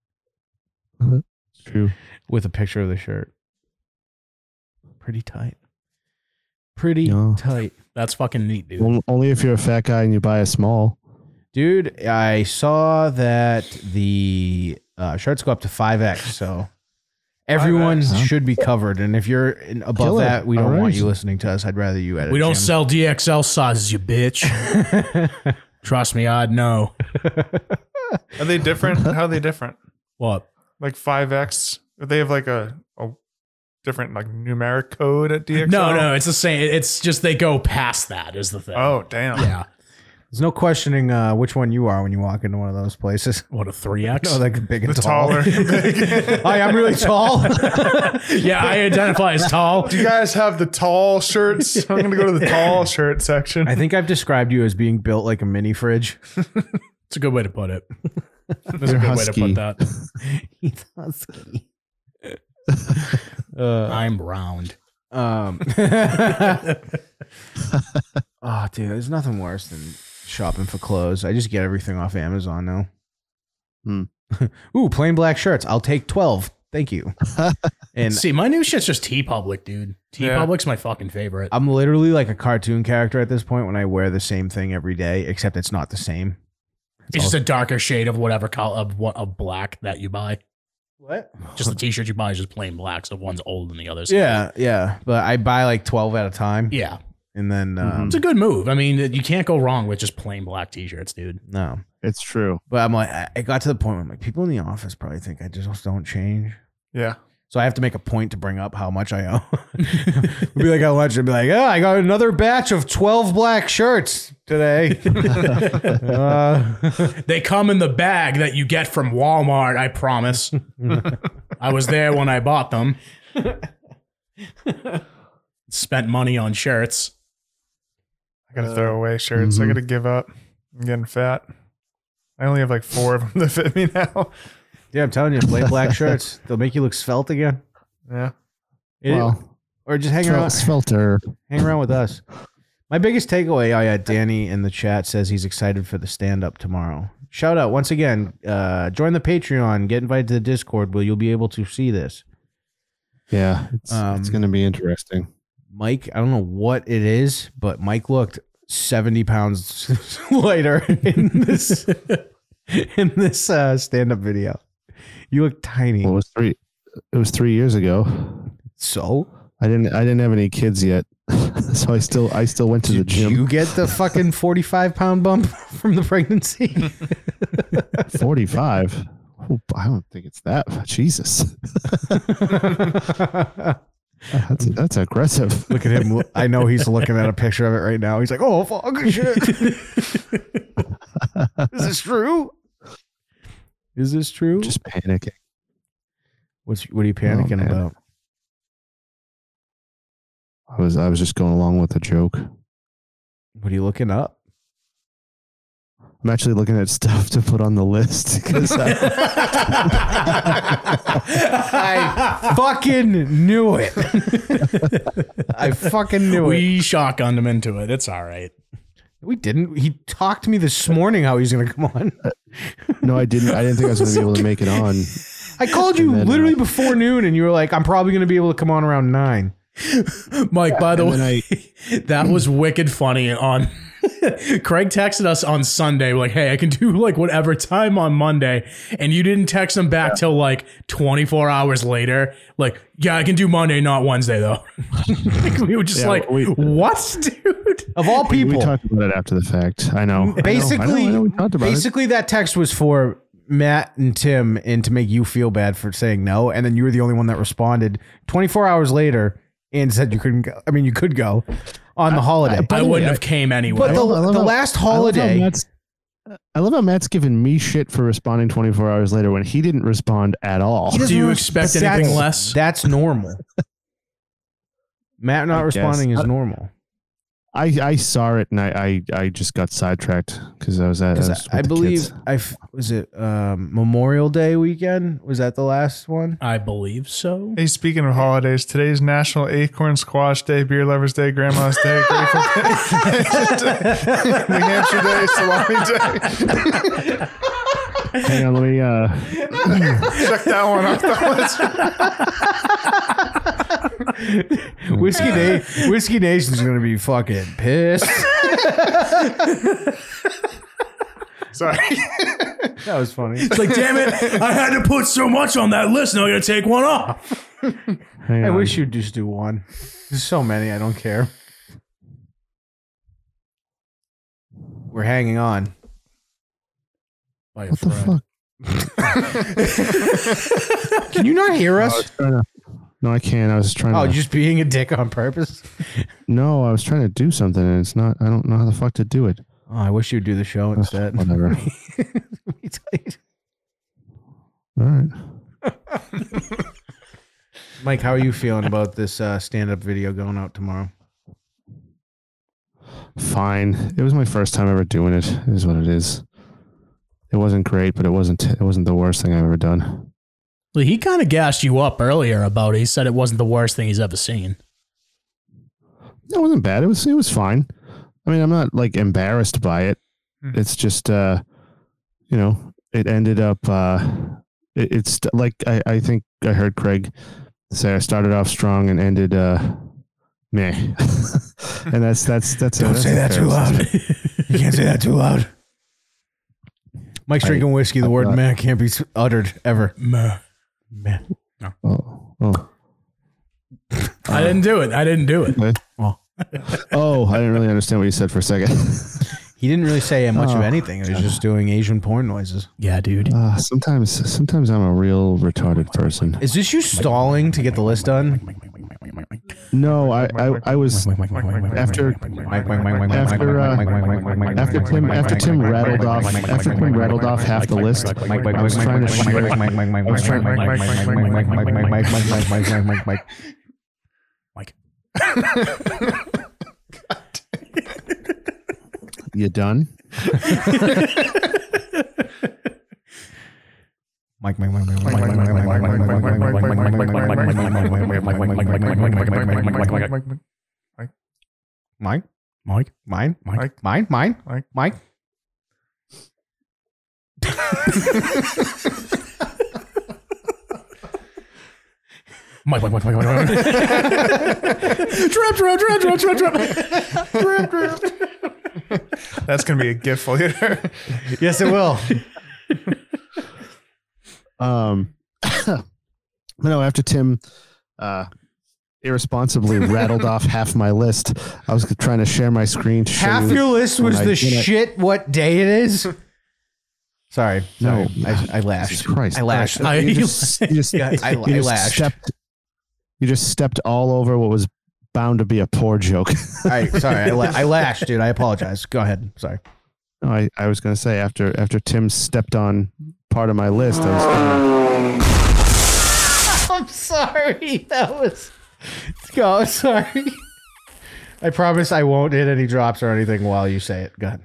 True. With a picture of the shirt. Pretty tight. Pretty Yeah. tight. That's fucking neat, dude. On- Only if you're a fat guy and you buy a small. Dude, I saw that the uh, shirts go up to 5X, so everyone 5X, huh? should be covered. And if you're in, above Killer. that, we don't All want right. you listening to us. I'd rather you edit. we don't Jim. sell DXL sizes, you bitch. Trust me, I'd know. Are they different? How are they different? What? Like five X? They have like a, a different like numeric code at DXL. No, no, it's the same. It's just they go past that is the thing. Oh damn. yeah. There's no questioning uh, which one you are when you walk into one of those places. What a three X. No, like big and The tall. taller. Do Hi, I'm really tall. yeah, I identify as tall. you guys have the tall shirts? I'm gonna go to the tall shirt section. I think I've described you as being built like a mini fridge. It's a good way to put it. That's a You're good way husky. to put that. He's husky. uh, I'm round. Um, oh, dude, there's nothing worse than shopping for clothes. I just get everything off Amazon now. Hmm. Ooh, plain black shirts. I'll take twelve. Thank you. and See, my new shit's just T Public, dude. T Public's my fucking favorite. I'm literally like a cartoon character at this point when I wear the same thing every day, except it's not the same. it's just a darker shade of whatever color of what of black that you buy. What? Just the T-shirt you buy is just plain black, so one's old and the other's Yeah, yeah. But I buy like twelve at a time, yeah. Mm-hmm. and then um, It's a good move. I mean, you can't go wrong with just plain black T-shirts, dude. no. It's true. But I'm like, I- I got to the point where I'm like, people in the office probably think I just don't change. yeah. So I have to make a point to bring up how much I owe. We'll be like at lunch and be like, oh, I got another batch of 12 black shirts today. Uh, They come in the bag that you get from Walmart. I promise. I was there when I bought them. Spent money on shirts. I Uh, gotta throw away shirts. I mm-hmm. mhm. gotta give up. I'm getting fat. I only have like four of them that fit me now. yeah, I'm telling you, play black shirts. They'll make you look svelte again. Yeah. It- well, or just hang fel- around, svelter. hang around with us. My biggest takeaway, I had Danny in the chat says he's excited for the stand up tomorrow. Shout out once again. Uh, join the Patreon. Get invited to the Discord where you'll be able to see this. Yeah, it's, it's Um, going to be interesting. Mike, I don't know what it is, but Mike looked 70 pounds lighter in this in this uh, stand-up video. You look tiny. Well, it was three. It was three years ago. So I didn't. I didn't have any kids yet, so I still. I still went to the did gym. you get the fucking 45 pound bump from the pregnancy? Forty-five. Oh, I don't think it's that. Jesus, that's that's aggressive. look at him. I know he's looking at a picture of it right now. He's like, oh fuck shit. is this true? Is this true? Just panicking. What's what are you panicking man. about? I was. I was just going along with a joke. What are you looking up? I'm actually looking at stuff to put on the list because I, I fucking knew it. I fucking knew it. We shotgunned him into it. It's all right. We didn't. He talked to me this morning how he's going to come on. no, I didn't. I didn't think I was going to be able to make it on. I called you then, uh, literally before noon, and you were like, "I'm probably going to be able to come on around nine. Mike, by the And then way, that was wicked funny on Craig texted us on Sunday, like, hey, I can do like whatever time on Monday. And you didn't text him back till like 24 hours later. Like, yeah, I can do Monday, not Wednesday, though. Like, we were just Yeah, like, we- what, dude? Of all We people, talked about it after the fact. I know. I know, I know, basically, I know, we talked about it. basically that text was for Matt and Tim and to make you feel bad for saying no, and then you were the only one that responded 24 hours later and said you couldn't go. I mean, you could go on the holiday. I the way, wouldn't I- have came anyway. but the, I love- I love the how- last I love how holiday, Matt's- I love how Matt's giving me shit for responding 24 hours later when he didn't respond at all. He doesn't Do you really- expect but that's- anything less? That's normal. Matt not I guess. responding is I- normal. I, I saw it and I, I, I just got sidetracked because I was at I, was Because with I, I the believe kids. I f- was it um, Memorial Day weekend. Was that the last one? I believe so. Hey, speaking of holidays, today's National Acorn Squash Day, Beer Lovers Day, Grandma's Day, Grateful Day, New Hampshire Day, Salami Day. Hang on, let me. Uh, Check that one off the list. Whiskey Day, Whiskey Nation's gonna be fucking pissed. Sorry. that was funny. It's like, damn it, I had to put so much on that list. Now I gotta take one off. hang I on. wish you'd just do one. There's so many. I don't care. We're hanging on. Like a What the friend. fuck? Can you not hear I was us? trying to- no, I can't. I was trying Oh, to. you're just being a dick on purpose. no, I was trying to do something and it's not. I don't know how the fuck to do it. Oh, I wish you'd do the show instead. Whatever. All Let me tell you. right. Mike, how are you feeling about this uh, stand-up video going out tomorrow? Fine. It was my first time ever doing it. it is what it is. It wasn't great, but it wasn't. It wasn't the worst thing I've ever done. Well, he kind of gassed you up earlier about it. He said it wasn't the worst thing he's ever seen. It wasn't bad. It was. It was fine. I mean, I'm not like embarrassed by it. Hmm. It's just, uh, you know, it ended up. Uh, it, it's like I, I think I heard Craig say I started off strong and ended uh, meh. and that's that's that's that's embarrassing. you can't say that too loud. Mike's I- drinking whiskey. The I'm word not- "man" can't be s- uttered ever. Man. Oh, oh, I didn't do it. I didn't do it. oh! I didn't really understand what you said for a second. He didn't really say much of Oh. anything. He was just doing Asian porn noises. Yeah, dude. Uh, sometimes, sometimes I'm a real retarded person. Is this you stalling to get the list done? No, I, I, I was after after uh, after Tim after Tim rattled off after Tim rattled off half the list. I was trying to share. I was trying. You done? Mine? Mike, Mine? Mike. Mine? Mine? Mike. Mike? Mike, Mike, Mike, Mike, Mike, Mike. Drip, drip, drip, drip, drip, drip. That's going to be a gift later. Yes, it will. Um, but no, after Tim uh, irresponsibly rattled off half my list, I was trying to share my screen to show Half you- your list was when I the did it- shit what day it is. Sorry. No. Sorry. I, I lashed. Jesus Christ. I lashed. I- you just, you just, Yeah, I, you I just lashed. All stepped. You just stepped all over what was bound to be a poor joke. right. Sorry. I, la- I lashed, dude. I apologize. Go ahead. Sorry. No, I, I was going to say after after Tim stepped on part of my list, I was kinda, I'm sorry. That was. Go. I'm sorry. I promise I won't hit any drops or anything while you say it. Go ahead.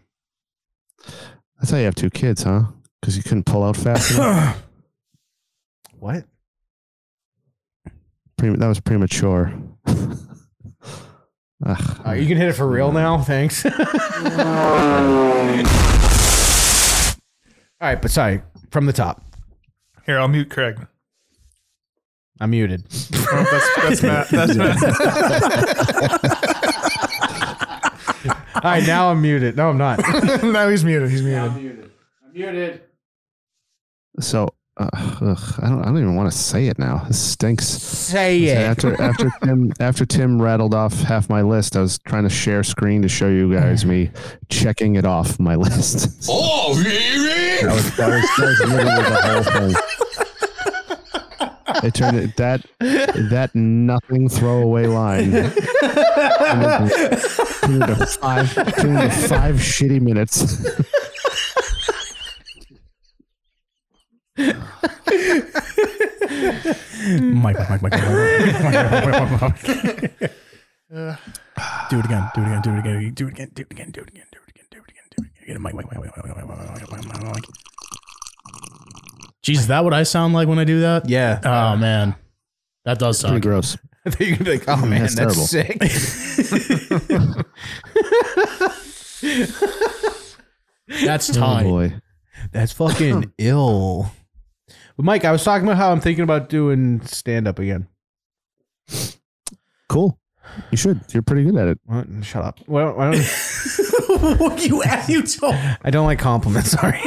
that's how you have two kids, huh? Because you couldn't pull out fast enough. What? Pre- that was premature. Ugh. Uh, you can hit it for real now. Thanks. All right, but sorry. From the top, Here, I'll mute Craig. I'm muted. Oh, that's, that's Matt. That's Matt. All right, now I'm muted. No, I'm not. now he's muted. He's muted. muted. I'm muted. So uh, ugh, I don't. I don't even want to say it now. This stinks. Say So After after Tim after Tim rattled off half my list, I was trying to share screen to show you guys me checking it off my list. Oh, that was, that was, that was literally the whole thing. It turned it, that that nothing throwaway line turned into five turned into five shitty minutes. Mike, Mike, Mike, Mike, Mike, Mike, Mike, Mike, Mike, Mike. Do it again. Do it again. Do it again. Do it again. Do it again. Do it again. Do it again. Do it again. Do it again. Get it, Mike, Mike, Mike, Mike, Mike, Mike, Mike, Mike, Mike, Mike, Mike, Mike. Jeez, is that what I sound like when I do that? Yeah. Oh man, that does Pretty suck. gross. I thought you were gonna be like, oh man, that's, that's terrible. sick. That's Oh tight. boy. that's fucking ill. But Mike, I was talking about how I'm thinking about doing stand up again. Cool. You should. You're pretty good at it. What? Shut up. Well, why don't, what you you told? I don't like compliments. Sorry.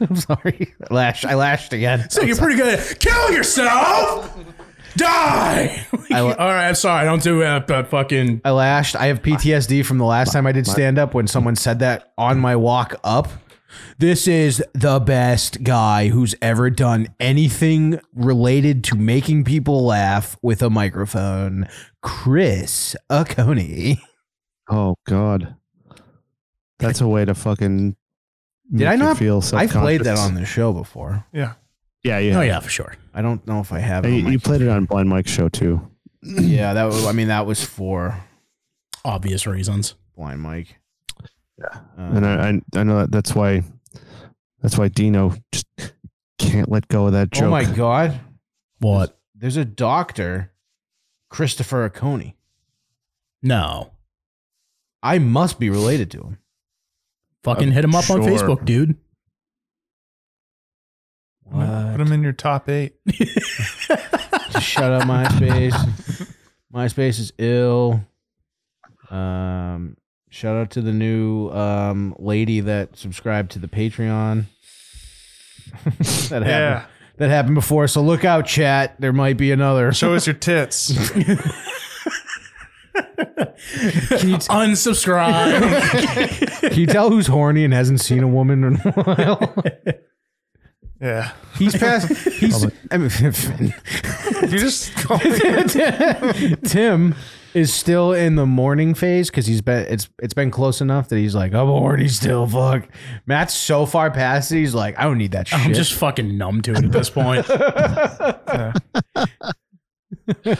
I'm sorry. Lash. I lashed again. So you're pretty good. At, Kill yourself. Die. All right, I'm sorry. Don't do that. But fucking. I lashed. I have PTSD from the last time I did stand up when someone said that on my walk up. This is the best guy who's ever done anything related to making people laugh with a microphone. Chris Acone. Oh God, that's a way to fucking. Did I not- feel? I've played that self-conscious. on the show before. Yeah. Yeah, yeah. Oh yeah, for sure. I don't know if I have. Hey, it on my- you played it on Blind Mike's show too. yeah, that. Was, I mean, that was for Obvious reasons. Blind Uh, Mike. Yeah, And I, I, I know that that's why, that's why Dino just can't let go of that joke. oh my god, What? there's a doctor, Christopher Acone. No. I must be related to him. Fucking hit him up on Sure. Facebook, dude. Put him in your top eight. Shut up, MySpace. MySpace is ill. Um, shout out to the new um, lady that subscribed to the Patreon. that happened. Yeah. That happened before. So look out, chat. There might be another. Show us your tits. Unsubscribe. Can you tell who's horny and hasn't seen a woman in a while? Yeah. He's past. He's. I mean, You just call me. Tim is still in the morning phase because he's been it's it's been close enough that he's like I'm horny still. Fuck, Matt's so far past it. He's like I don't need that shit. I'm just fucking numb to it at this point.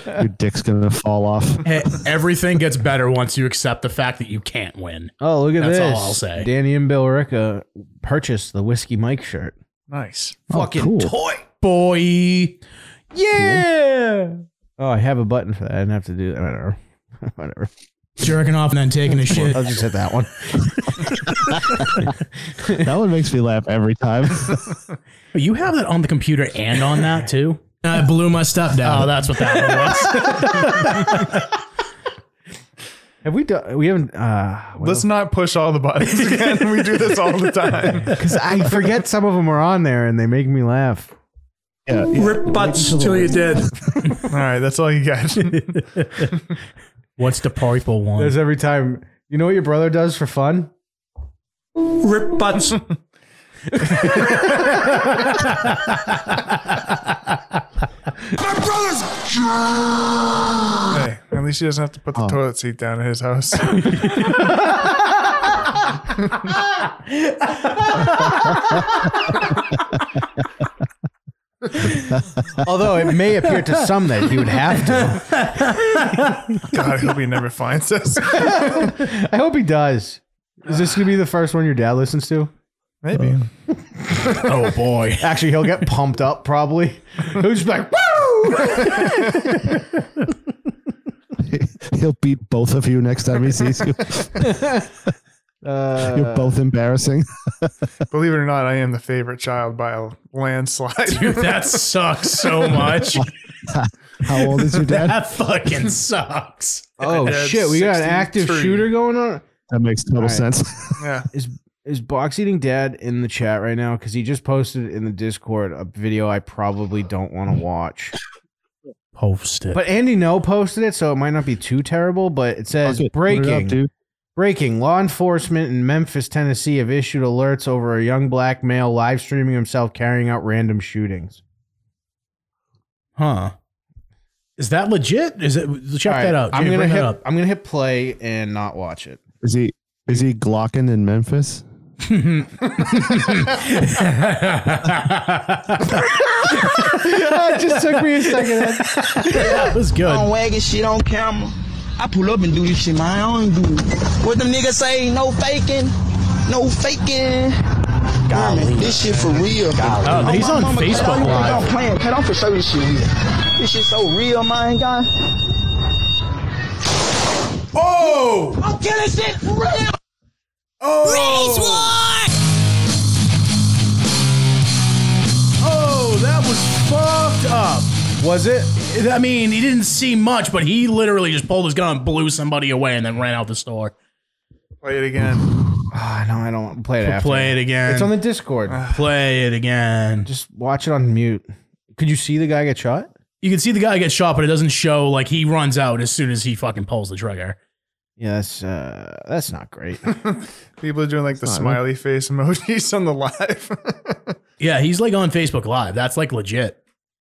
Your dick's gonna fall off. Hey, everything gets better once you accept the fact that you can't win. oh look at That's all this. I'll say. Danny and Bill Ricca purchased the whiskey Mike shirt. Nice. Fucking cool. toy. Boy. Yeah. Oh, I have a button for that. I didn't have to do that. Whatever. Whatever. Jerking off and then taking a shit. I'll just hit that one. that one makes me laugh every time. You have that on the computer and on that too? I blew my stuff down. Oh, that's what that one was. Have we done? We haven't. Uh, Let's not push all the buttons again. We do this all the time. because I forget some of them are on there and they make me laugh. yeah, yeah. Rip butts till you're dead. All right. That's all you got. What's the purple one? There's every time. You know what your brother does for fun? Rip butts. Hey, at least he doesn't have to put the toilet seat down at his house. Although it may appear to some that he would have to. God, I hope he never finds us. I hope he does. Is this gonna be the first one your dad listens to? Maybe. oh boy. Actually, he'll get pumped up probably. He'll just be like, "Woo!" He'll beat both of you next time he sees you. Uh, You're both embarrassing. Believe it or not, I am the favorite child by a landslide. Dude, that sucks so much. How old is your dad? That fucking sucks. Oh Yeah, shit, we got an 63. active shooter going on. That makes total All right. sense. Yeah. is is box eating dad in the chat right now because he just posted in the discord a video i probably don't want to watch Post it. but andy no posted it so it might not be too terrible but it says Fuck it, put it up, breaking dude. breaking law enforcement in memphis tennessee have issued alerts over a young black male live streaming himself carrying out random shootings huh? Is that legit? Is it? Check All right, that out. i'm Jay, gonna bring hit that up. i'm gonna hit play and not watch it Is he is he Glocken in Memphis? it just took me a second that was good. Oh, on wagon shit on camera. I pull up and do this shit, man. I don't do what them niggas say. No faking, no faking. Golly, this shit for real. Oh, he's my on mama, Facebook cut, Live. I'm playing. Cut, I'm for sure this shit real. This shit so real, man, guy. Oh! I'm killing shit for real. Oh, that was fucked up. Was it? I mean, he didn't see much, but he literally just pulled his gun and blew somebody away and then ran out the store. Play it again. Ah, no i don't want to play it after Play it again. it's on the discord Play it again. just watch it on mute could you see the guy get shot You can see the guy get shot, but it doesn't show like he runs out as soon as he fucking pulls the trigger. Yeah, that's uh, that's not great. People are doing like the smiley face emojis on the live. Yeah, he's like on Facebook Live. That's like legit.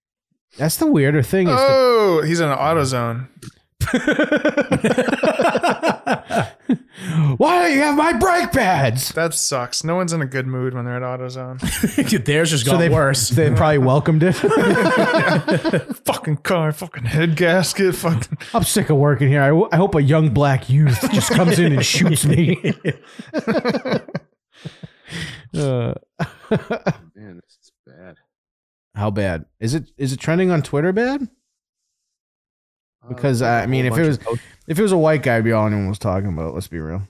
that's the weirder thing. Is the, oh, he's in an auto zone. why don't you have my brake pads? That sucks. No one's in a good mood when they're at AutoZone. Theirs just got worse. They probably welcomed it. fucking car, fucking head gasket, fucking. I'm sick of working here. I, w- I hope a young black youth just comes in and shoots me. Uh, Man, this is bad. how bad is it? Is it trending on Twitter bad? Because I mean, if it was if it was a white guy, it'd be all anyone was talking about. Let's be real.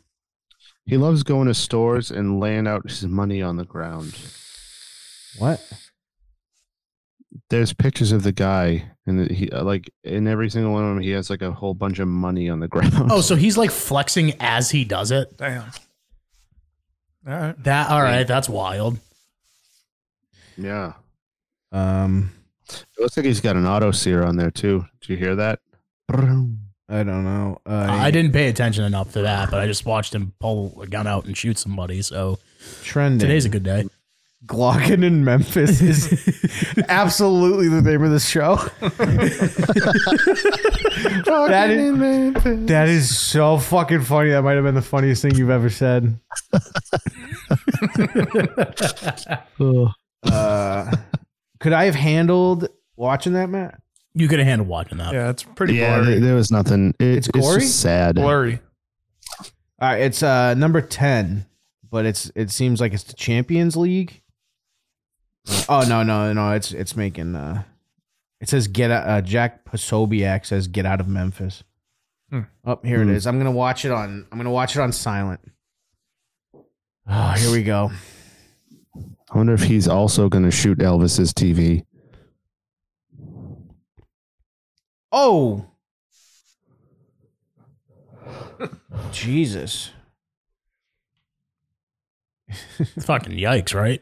he loves going to stores and laying out his money on the ground. What? There's pictures of the guy, and he uh, like in every single one of them, he has like a whole bunch of money on the ground. Oh, so he's like flexing as he does it. Damn. All right. That all right? That's wild. yeah. Um, It looks like he's got an auto sear on there too. Did you hear that? Brum. I don't know. Uh, I didn't pay attention enough to that, but I just watched him pull a gun out and shoot somebody. So trending. today's a good day. Glocken in Memphis is absolutely the name of the show. that, is, that is so fucking funny. That might have been the funniest thing you've ever said. Uh, could I have handled watching that, Matt? You could have handled watching that. Yeah, it's pretty Yeah, blurry. there, there was nothing. It- It's it's gory? just sad. blurry. All right, it's uh, number ten, but it's it seems like it's the Champions League. Oh no no no! It's it's making uh, it says get out, uh, Jack Posobiec says get out of Memphis. Hmm. Oh, here Hmm. it is. I'm gonna watch it on. I'm gonna watch it on silent. Oh, here we go. I wonder if he's also going to shoot Elvis's TV. Oh, Jesus! Fucking yikes, right?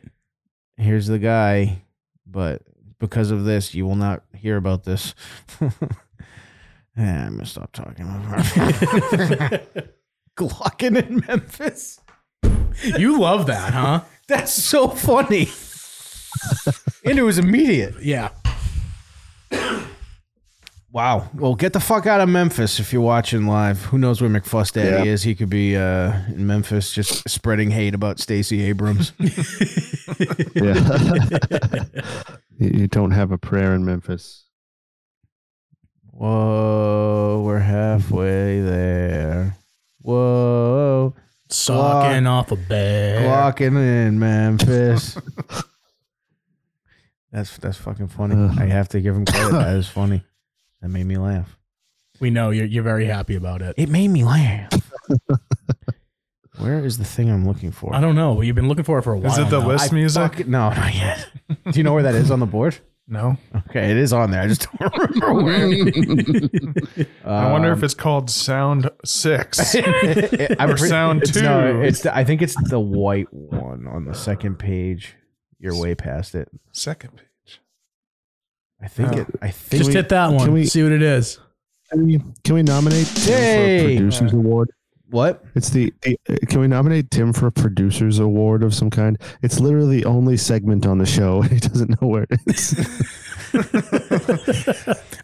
Here's the guy, but because of this, you will not hear about this. Eh, I'm gonna stop talking. Glocken in Memphis. You love that, huh? That's so funny. and it was immediate. Yeah. Wow. Well, get the fuck out of Memphis if you're watching live. Who knows where McFuss Daddy is? He could be uh, in Memphis just spreading hate about Stacey Abrams. Yeah. you you don't have a prayer in Memphis. Whoa, we're halfway there. Whoa. Sucking off a bear. Walking in Memphis. that's that's fucking funny. Ugh. I have to give him credit. That is funny. That made me laugh. We know you're, you're very happy about it. It made me laugh. Where is the thing I'm looking for? I don't know. You've been looking for it for a while. Is it the now. list music? Fuck- no, not yet. Do you know where that is on the board? No. Okay, it is on there. I just don't remember where. I wonder Um, if it's called Sound Six. Um, I'm or Sound it's- No, Two. it's the, I think it's the white one on the second page. You're way past it. Second page. I think Oh. it. I think. Just we- hit that one. can we- see what it is. Can we- can we nominate Tim for Yay! a producers award? what? It's the uh, can we nominate Tim for a producers award of some kind? It's literally the only segment on the show. He doesn't know where it is.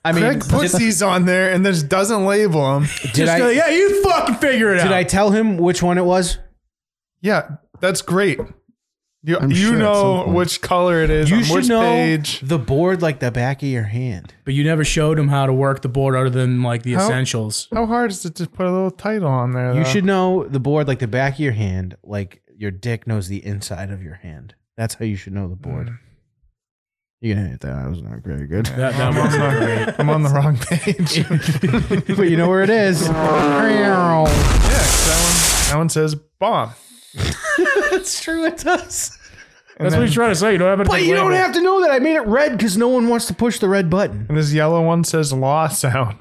I mean, Craig puts did, these on there and just doesn't label them. did Just I go, yeah, you fucking figure it did out. I tell him which one it was? Yeah, that's great. You, I'm you sure at some know point. which color it is You on should which know page. the board like the back of your hand. but you never showed him how to work the board other than like the How- essentials. How hard is it to put a little title on there? You though? should know the board like the back of your hand, like your dick knows the inside of your hand. That's how you should know the board. You can hit that. That was not very good. That, that I'm on, one's the, I'm on the wrong page. yeah, 'cause but you know where it is. That's that, one, that one says bomb. true. It does. And That's what then- he's trying to say. You don't have anything But you don't labeled. have to know that. I made it red because no one wants to push the red button. and this yellow one says law sound.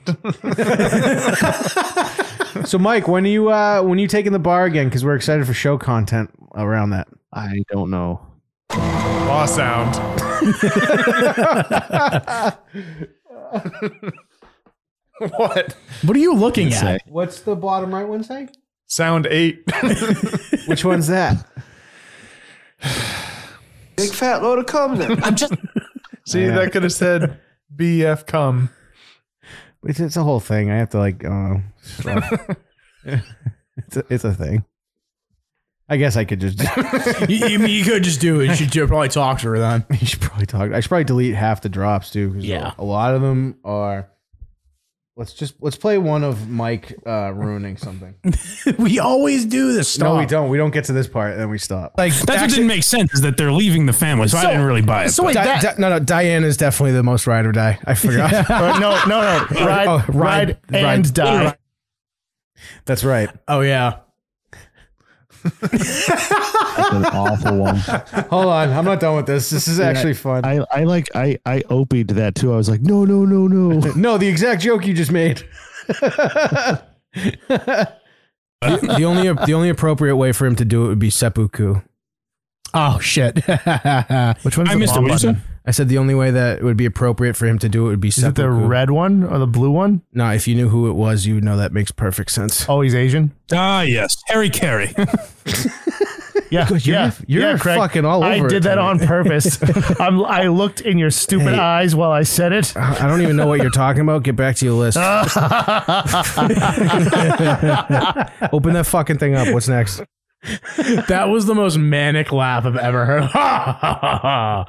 So, Mike, when are you uh, when are you taking the bar again? Because we're excited for show content around that. I don't know. law sound. what? What are you looking at? What's the bottom right one say? Sound eight. Which one's that? Big fat load of cum then. I'm just. See, that could have said BF come. It's, it's a whole thing. I have to like, uh, stuff. it's a, it's a thing. I guess I could just. you, you, you could just do it. You should do- probably talk to her then. you should probably talk. I should probably delete half the drops too. 'cause Yeah. a lot of them are. Let's just let's play one of Mike uh, ruining something. we always do this. Stop. No, we don't. We don't get to this part, and then we stop. Like that's what didn't make sense is that they're leaving the family. So, I didn't really buy it. So wait, that, no, no. Diane is definitely the most ride or die. I forgot. no, no, no. Ride, Oh, ride, and die. That's right. oh yeah, That's an awful one. Hold on, I'm not done with this. This is actually fun. I, I like I I opied that too. I was like, no, no, no, no. no, the exact joke you just made. the only the only appropriate way for him to do it would be seppuku. Oh shit! Which one's I the missed it. bomb What did you button? say? I said the only way that would be appropriate for him to do it would be Is it seppuku. the red one or the blue one? No, if you knew who it was, you would know that makes perfect sense. Oh, he's Asian. Ah, yes, Harry Carey. Yeah, you're- yeah, you're yeah, Craig. fucking all I over did it that tonight. on purpose. I'm, I looked in your stupid eyes while I said it. I don't even know what you're talking about. Get back to your list. Open that fucking thing up. What's next? that was the most manic laugh I've ever heard. I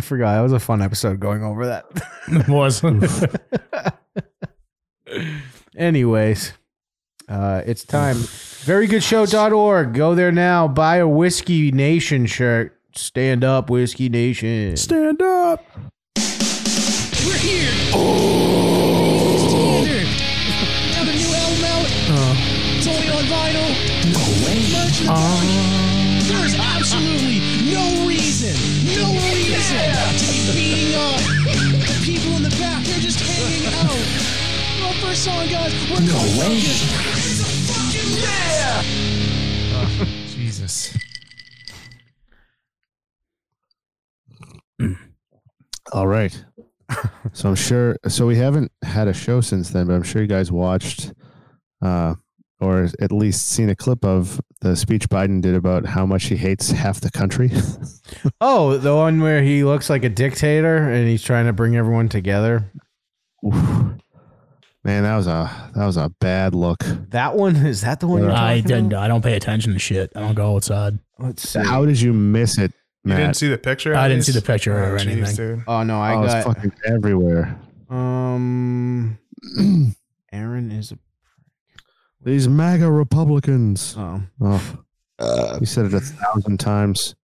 forgot. That was a fun episode going over that. was Anyways, uh, it's time. VerygoodShow.org. Go there now. Buy a Whiskey Nation shirt. Stand up, Whiskey Nation. stand up. There's absolutely no reason, no reason to be beating up the people in the back. They're just hanging out. Well, first song, guys. We're no way. Yeah. Jesus. All right. So I'm sure. So we haven't had a show since then, but I'm sure you guys watched, uh, or at least seen a clip of the speech Biden did about how much he hates half the country. Oh, the one where he looks like a dictator and he's trying to bring everyone together. Man, that was a that was a bad look. That one is that the one? You're I talking didn't. About? I don't pay attention to shit. I don't go outside. Let's see. Oh, How did you miss it, You Matt? didn't see the picture? I at didn't see least? the picture or jeez, anything. dude. Oh no, I oh, got it's fucking everywhere. um. Aaron is a. These MAGA Republicans. Oh. Oh, you said it a thousand times.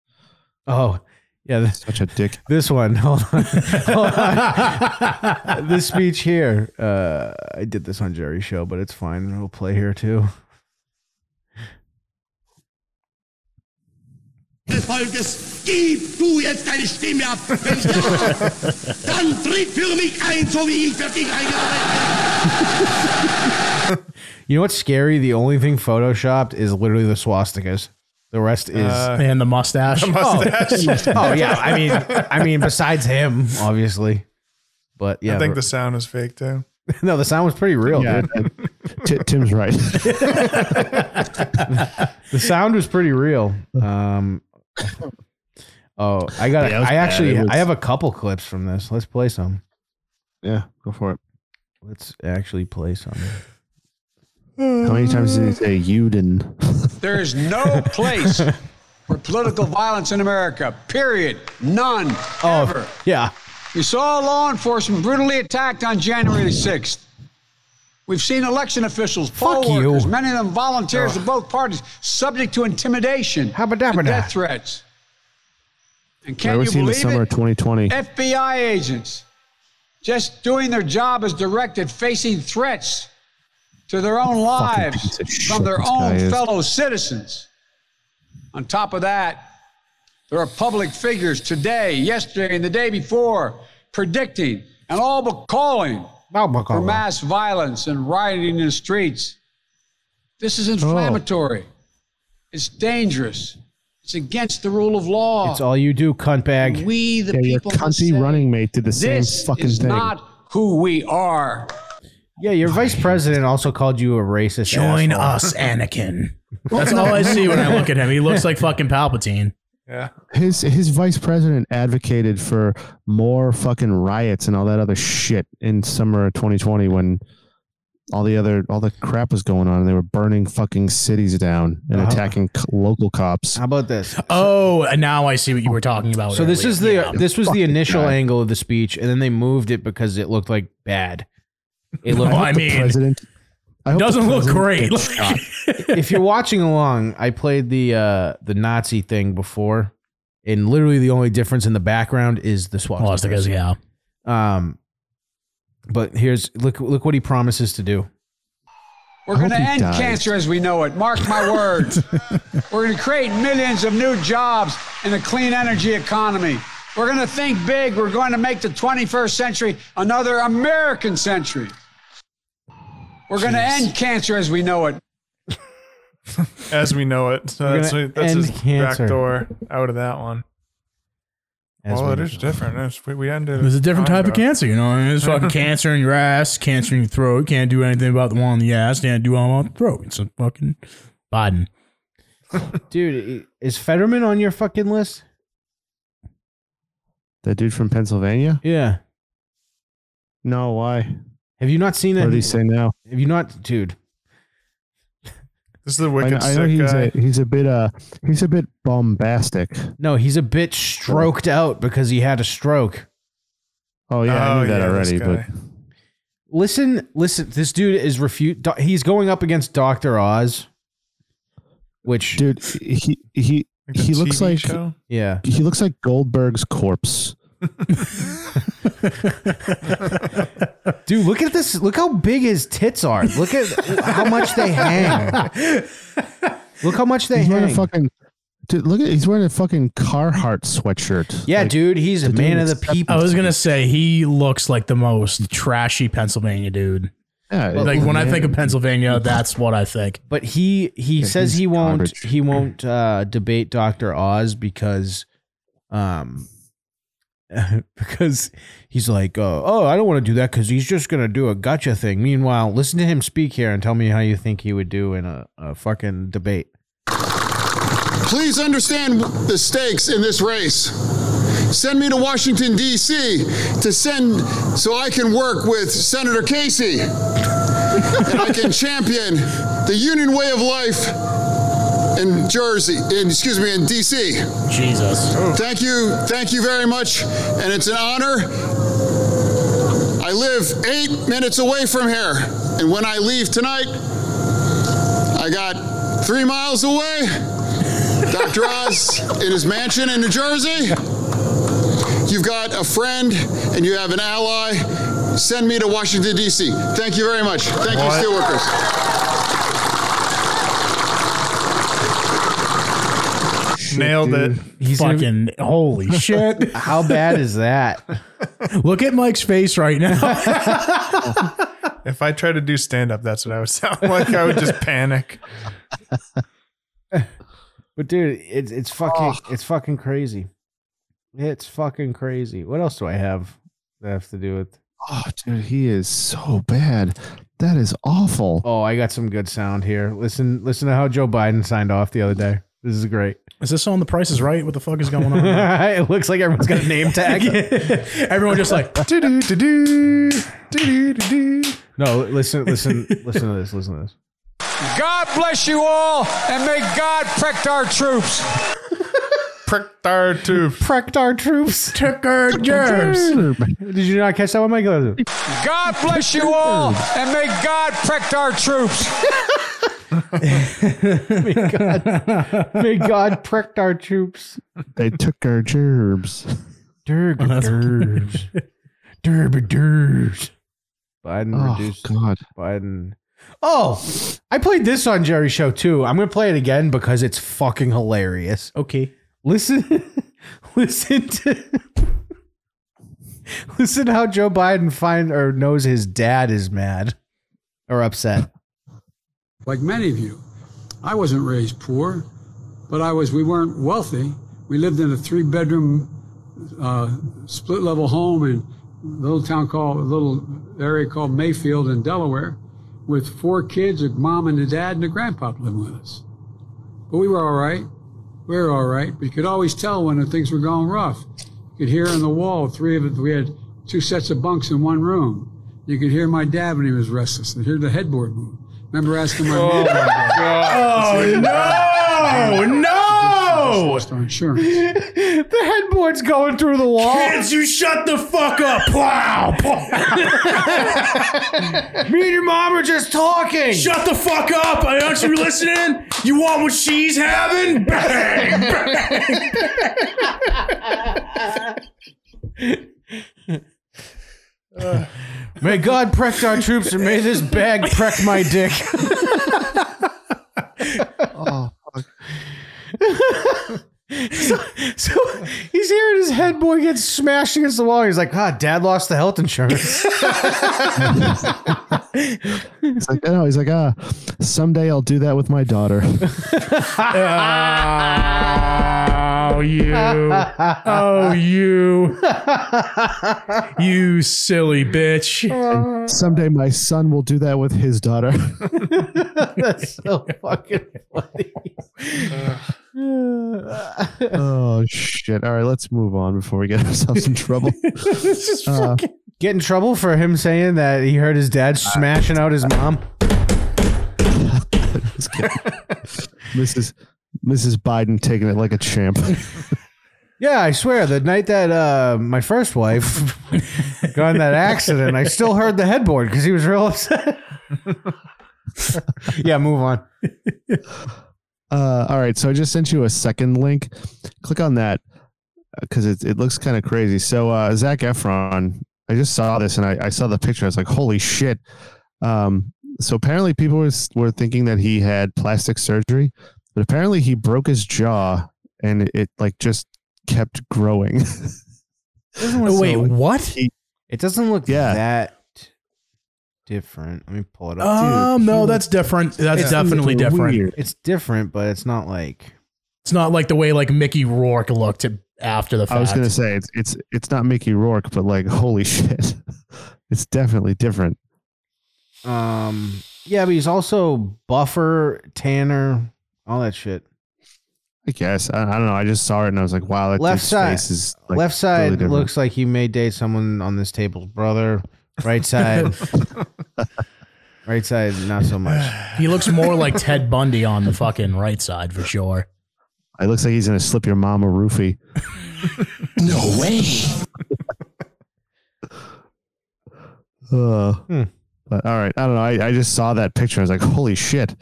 Oh. Yeah, this, Such a dick. this one. Hold on. Hold on. this speech here. Uh, I did this on Jerry's show, but it's fine. It'll play here too. The des Volkes, gib du jetzt deine Stimme ab. Wenn ja, dann tritt für mich ein, so wie ich für dich eingearbeitet habe. You know what's scary? The only thing photoshopped is literally the swastikas. The rest is Uh, And the mustache. the mustache. Oh. Oh, yeah, I mean, I mean, besides him, obviously. But yeah, I think the sound was fake too. no, the sound was pretty real, Yeah. dude. T- Tim's right. The sound was pretty real. Um, oh, I got. Yeah, it was I bad. actually, It was- I have a couple clips from this. Let's play some. Yeah, go for it. Let's actually play some. How many times did he say Uden? There is no place for political violence in America, period. None. ever. Oh, Yeah. You saw law enforcement brutally attacked on January the 6th. We've seen election officials, poll you. workers, many of them volunteers of both parties, subject to intimidation, and death threats. And I can you was in the believe summer it? of 2020. FBI agents just doing their job as directed, facing threats to their own lives from their this own guy is. fellow citizens. On top of that, there are public figures today, yesterday, and the day before predicting and all but calling for mass violence and rioting in the streets. This is inflammatory. Oh. It's dangerous. It's against the rule of law. It's all you do, cunt bag. We the yeah, your people must cunty running mate did the same this fucking is thing. not who we are. Yeah, your vice president also called you a racist. Join asshole. us, Anakin. That's all I see when I look at him. He looks like fucking Palpatine. Yeah. his his vice president advocated for more fucking riots and all that other shit in summer of 2020 when all the other all the crap was going on and they were burning fucking cities down and Uh-huh. attacking c- local cops. How about this? Oh, and now I see what you were talking about. So this earlier. is the Oh, Yeah. this was the initial guy. angle of the speech, and then they moved it because it looked like bad. It looked. Well, I The mean, president I hope the doesn't look president great. gets shot. if you're watching along, I played the uh the Nazi thing before, and literally the only difference in the background is the swastika. Swastikas, yeah. Um, but here's look look what he promises to do. We're going to hope he end dies. cancer as we know it. Mark my words. We're going to create millions of new jobs in the clean energy economy. We're going to think big. We're going to make the 21st century another American century. We're going to end cancer as we know it. As we know it. So We're that's, gonna that's end his cancer. back door out of that one. As well, we it is different. It's- we, we ended. There's a different time type of ago. cancer, you know. I mean, There's fucking cancer in your ass, cancer in your throat. Can't do anything about the one in the ass. Can't do anything about the throat. It's a fucking Biden. Dude, i- is Fetterman on your fucking list? That dude from Pennsylvania? Yeah. No, why? Have you not seen What it? did he say now? Have you not, dude? This is the I, wicked I know sick he's guy. a, he's a bit uh he's a bit bombastic. No, he's a bit stroked out because he had a stroke. Oh yeah, I Oh, knew that yeah, this already, but guy. Listen, listen. This dude is refute. do- He's going up against Doctor Oz, which dude, he he Like the he looks TV like show? yeah, he looks like Goldberg's corpse. dude. Look at this. Look how big his tits are. Look at how much they hang. Look how much they He's wearing hang. a fucking. Dude, look at he's wearing a fucking Carhartt sweatshirt. yeah, Like, dude. He's a the man of dude's the got- people. I was gonna say he looks like the most trashy Pennsylvania dude. Yeah, Like when I man, think of Pennsylvania, that's what I think. But he he Yeah, says he's he won't garbage. he won't uh, debate Doctor Oz because, um, because he's like, uh, oh, I don't want to do that because he's just gonna do a gotcha thing. Meanwhile, listen to him speak here and tell me how you think he would do in a, a fucking debate. Please understand the stakes in this race. Send me to Washington, D.C. to send so I can work with Senator Casey and I can champion the union way of life in Jersey, in, excuse me, in D.C. Jesus. Thank you, thank you very much, and it's an honor. I live eight minutes away from here, and when I leave tonight, I got three miles away. Dr. Oz in his mansion in New Jersey. You've got a friend and you have an ally. Send me to Washington, D.C. Thank you very much. Thank you, What? steelworkers. shit, Nailed dude. it. He's gonna be- fucking holy shit. How bad is that? Look at Mike's face right now. If I tried to do stand up, that's what I would sound like. I would just panic. But dude, it's it's fucking it's fucking crazy. It's fucking crazy. What else do I have that have to do with? Oh, dude, he is so bad. That is awful. Oh, I got some good sound here. Listen, listen to how Joe Biden signed off the other day. This is great. Is this on the Price is Right? What the fuck is going on? it looks like everyone's got a name tag. Everyone just like Do-do-do-do, do-do-do-do. No, listen, listen, listen to this. Listen to this. God bless you all, and may God protect our troops. Pricked our tooth. Pricked our troops. Took our germs. Did you not catch that one, Michael? God bless you all, and may God protect our troops. may God, may God pricked our troops. They took our gerbs. Derg, dergs. Derb, dergs. Biden Oh, reduced. God. Biden. Oh, I played this on Jerry's show too. I'm gonna play it again because it's fucking hilarious. Okay. Listen, listen to, listen how Joe Biden find or knows his dad is mad or upset. Like many of you, I wasn't raised poor, but I was. We weren't wealthy. We lived in a three-bedroom uh, split-level home in a little town called a little area called Mayfield in Delaware, with four kids, a mom and a dad, and a grandpa living with us. But we were all right. We were all right. But you could always tell when things were going rough. You could hear on the wall, three of us, we had two sets of bunks in one room. You could hear my dad when he was restless and hear the headboard move. Remember asking my Oh, my mom God. Oh no! for insurance. The headboard's going through the wall. Kids, you shut the fuck up! Wow! Me and your mom are just talking. Shut the fuck up! Aren't you listening? You want what she's having? Bang! bang. May God prick our troops and may this bag prick my dick. Oh, fuck. so, so he's hearing his head boy get smashed against the wall. He's like, God, dad lost the health insurance. He's like, no, he's like, ah, someday I'll do that with my daughter. Oh, you. Oh, you. You silly bitch. someday my son will do that with his daughter. That's so fucking funny. oh shit! All right, let's move on before we get ourselves in trouble. Uh, Get in trouble for him saying that he heard his dad smashing out his mom. just kidding. Mrs. Mrs. Biden taking it like a champ. Yeah, I swear, the night that uh, my first wife got in that accident, I still heard the headboard because he was real upset. yeah, move on. Uh, all right, so I just sent you a second link. Click on that because it, it looks kind of crazy. So uh, Zach Efron, I just saw this and I, I saw the picture. I was like, holy shit! Um, so apparently, people were were thinking that he had plastic surgery, but apparently he broke his jaw and it, it, like just kept growing. Wait, So what? he- It doesn't look Yeah. that different. Let me pull it up. Um, no, that's different. That's definitely different. Weird. It's different, but it's not like It's not like the way like Mickey Rourke looked after the fact. I was gonna say it's it's it's not Mickey Rourke, but like holy shit, it's definitely different. um yeah, but he's also buffer, tanner, all that shit. I guess I, I don't know. I just saw it and I was like, wow, that Left dude's side- face is like, Left really side different. looks like he may date someone on this table's brother. Right side Right side, not so much. He looks more like Ted Bundy on the fucking right side for sure. It looks like he's gonna slip your mom a roofie. No way. Uh, Hmm. But all right, I don't know. I, I just saw that picture. I was like, holy shit,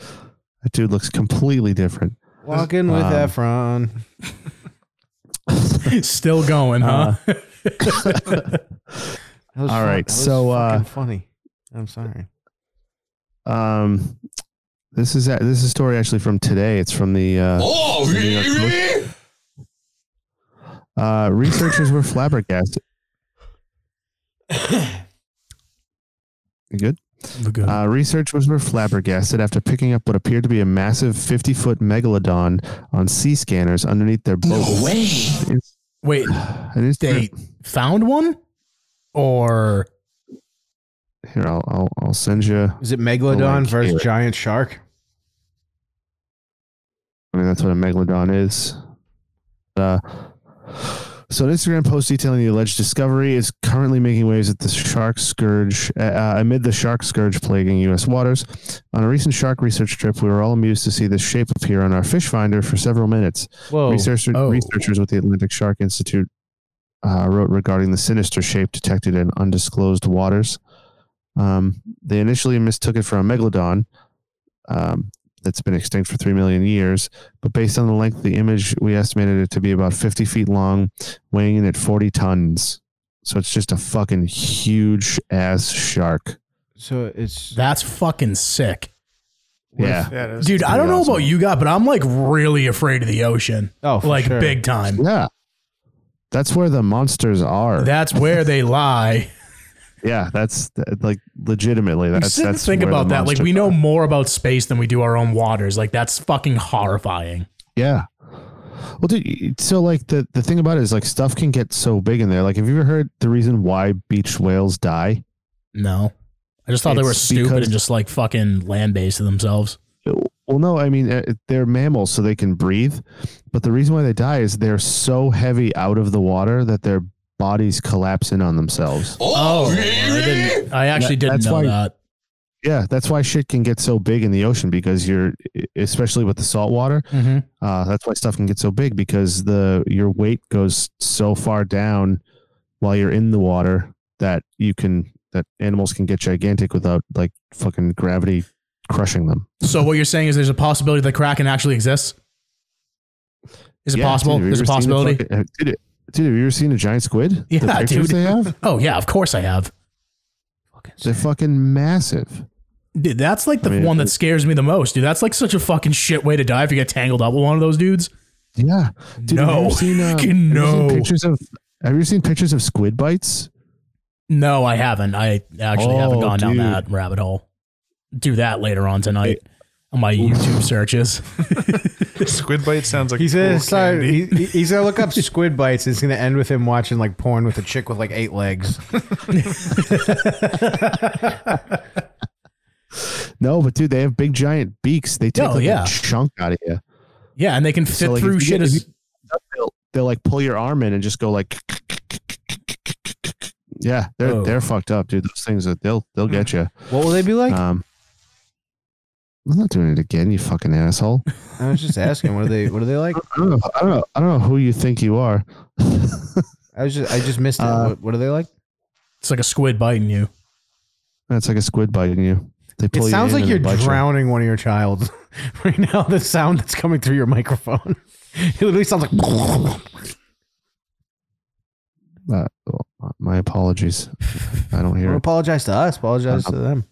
that dude looks completely different. Walking with Um, Efron. Still going, huh? That was all fun- right, that was so, uh, fucking funny. I'm sorry. Um, this is a, this is a story actually from today. It's from the uh, Oh, New York really? Uh, researchers were flabbergasted. You good? Uh, researchers were flabbergasted after picking up what appeared to be a massive 50 foot megalodon on sea scanners underneath their boat. No way. Wait, they found one? Or Here, I'll, I'll, I'll send you. Is it megalodon versus giant shark? I mean, that's what a megalodon is. Uh, so, an Instagram post detailing the alleged discovery is currently making waves at the shark scourge uh, amid the shark scourge plaguing U.S. waters. On a recent shark research trip, we were all amused to see this shape appear on our fish finder for several minutes. Whoa. Researcher, Oh. Researchers with the Atlantic Shark Institute uh, wrote regarding the sinister shape detected in undisclosed waters. Um, they initially mistook it for a megalodon um, that's been extinct for 3 million years. But based on the length of the image, we estimated it to be about 50 feet long, weighing in at 40 tons. So it's just a fucking huge ass shark. So it's that's fucking sick. Yeah. Dude, I don't know about you guys, but I'm like really afraid of the ocean. Oh, for like sure. big time. Yeah. That's where the monsters are. That's where they lie. yeah, that's th- like legitimately. We That's sit and that's think where the about that. Like monsters we know more about space than we do our own waters. Like that's fucking horrifying. Yeah. Well, dude, y- so like the the thing about it is like stuff can get so big in there. Like, have you ever heard the reason why beached whales die? No, I just thought they were It's stupid because- and just like fucking land based to themselves. Well, no, I mean uh, they're mammals, so they can breathe. But the reason why they die is they're so heavy out of the water that their bodies collapse in on themselves. Oh, I, didn't, I actually That- didn't that's know why- that. Yeah, that's why shit can get so big in the ocean because you're, e-, especially with the salt water. Mhm. Uh, that's why stuff can get so big because the your weight goes so far down while you're in the water that you can that animals can get gigantic without like fucking gravity crushing them. So what you're saying is there's a possibility that Kraken actually exists? Is it Yeah, possible? dude, have you there's a ever seen possibility. fucking- have- dude, dude, have you ever seen a giant squid? yeah, the dude. pictures They have? Oh yeah, of course I have. They're fucking massive. Dude, that's like the I mean, one that it- scares me the most, dude. That's like such a fucking shit way to die if you get tangled up with one of those dudes. Yeah. Dude, have you no. ever seen, uh, Fucking have you no. seen pictures of have you ever seen pictures of squid bites? No, I haven't. I actually haven't Oh, gone down dude. that rabbit hole. Do that later on tonight on my YouTube searches. Squid bite sounds like He's cool gonna start, candy. he, he- he's gonna look up squid bites. It's gonna end with him watching like porn with a chick with like eight legs. No, but dude, they have big giant beaks. They take Oh, like yeah. a chunk out of you. Yeah, and they can fit So, like, through if you shit get- if as you- They'll, they'll like pull your arm in and just go like Yeah, they're Oh. they're fucked up, dude. Those things that they'll they'll get you. What will they be like? Um I'm not doing it again, you fucking asshole. I was just asking. What are they? What are they like? I don't know. I don't know. I don't know who you think you are. I was just I just missed it. what, what are they like? it's like a squid biting you. That's like a squid biting you. They It pull you sounds in like and you're they bite you. drowning one of your child right now. The sound that's coming through your microphone. It literally sounds like. Uh, well, my apologies. I don't Don't hear it. apologize to us. Apologize to them.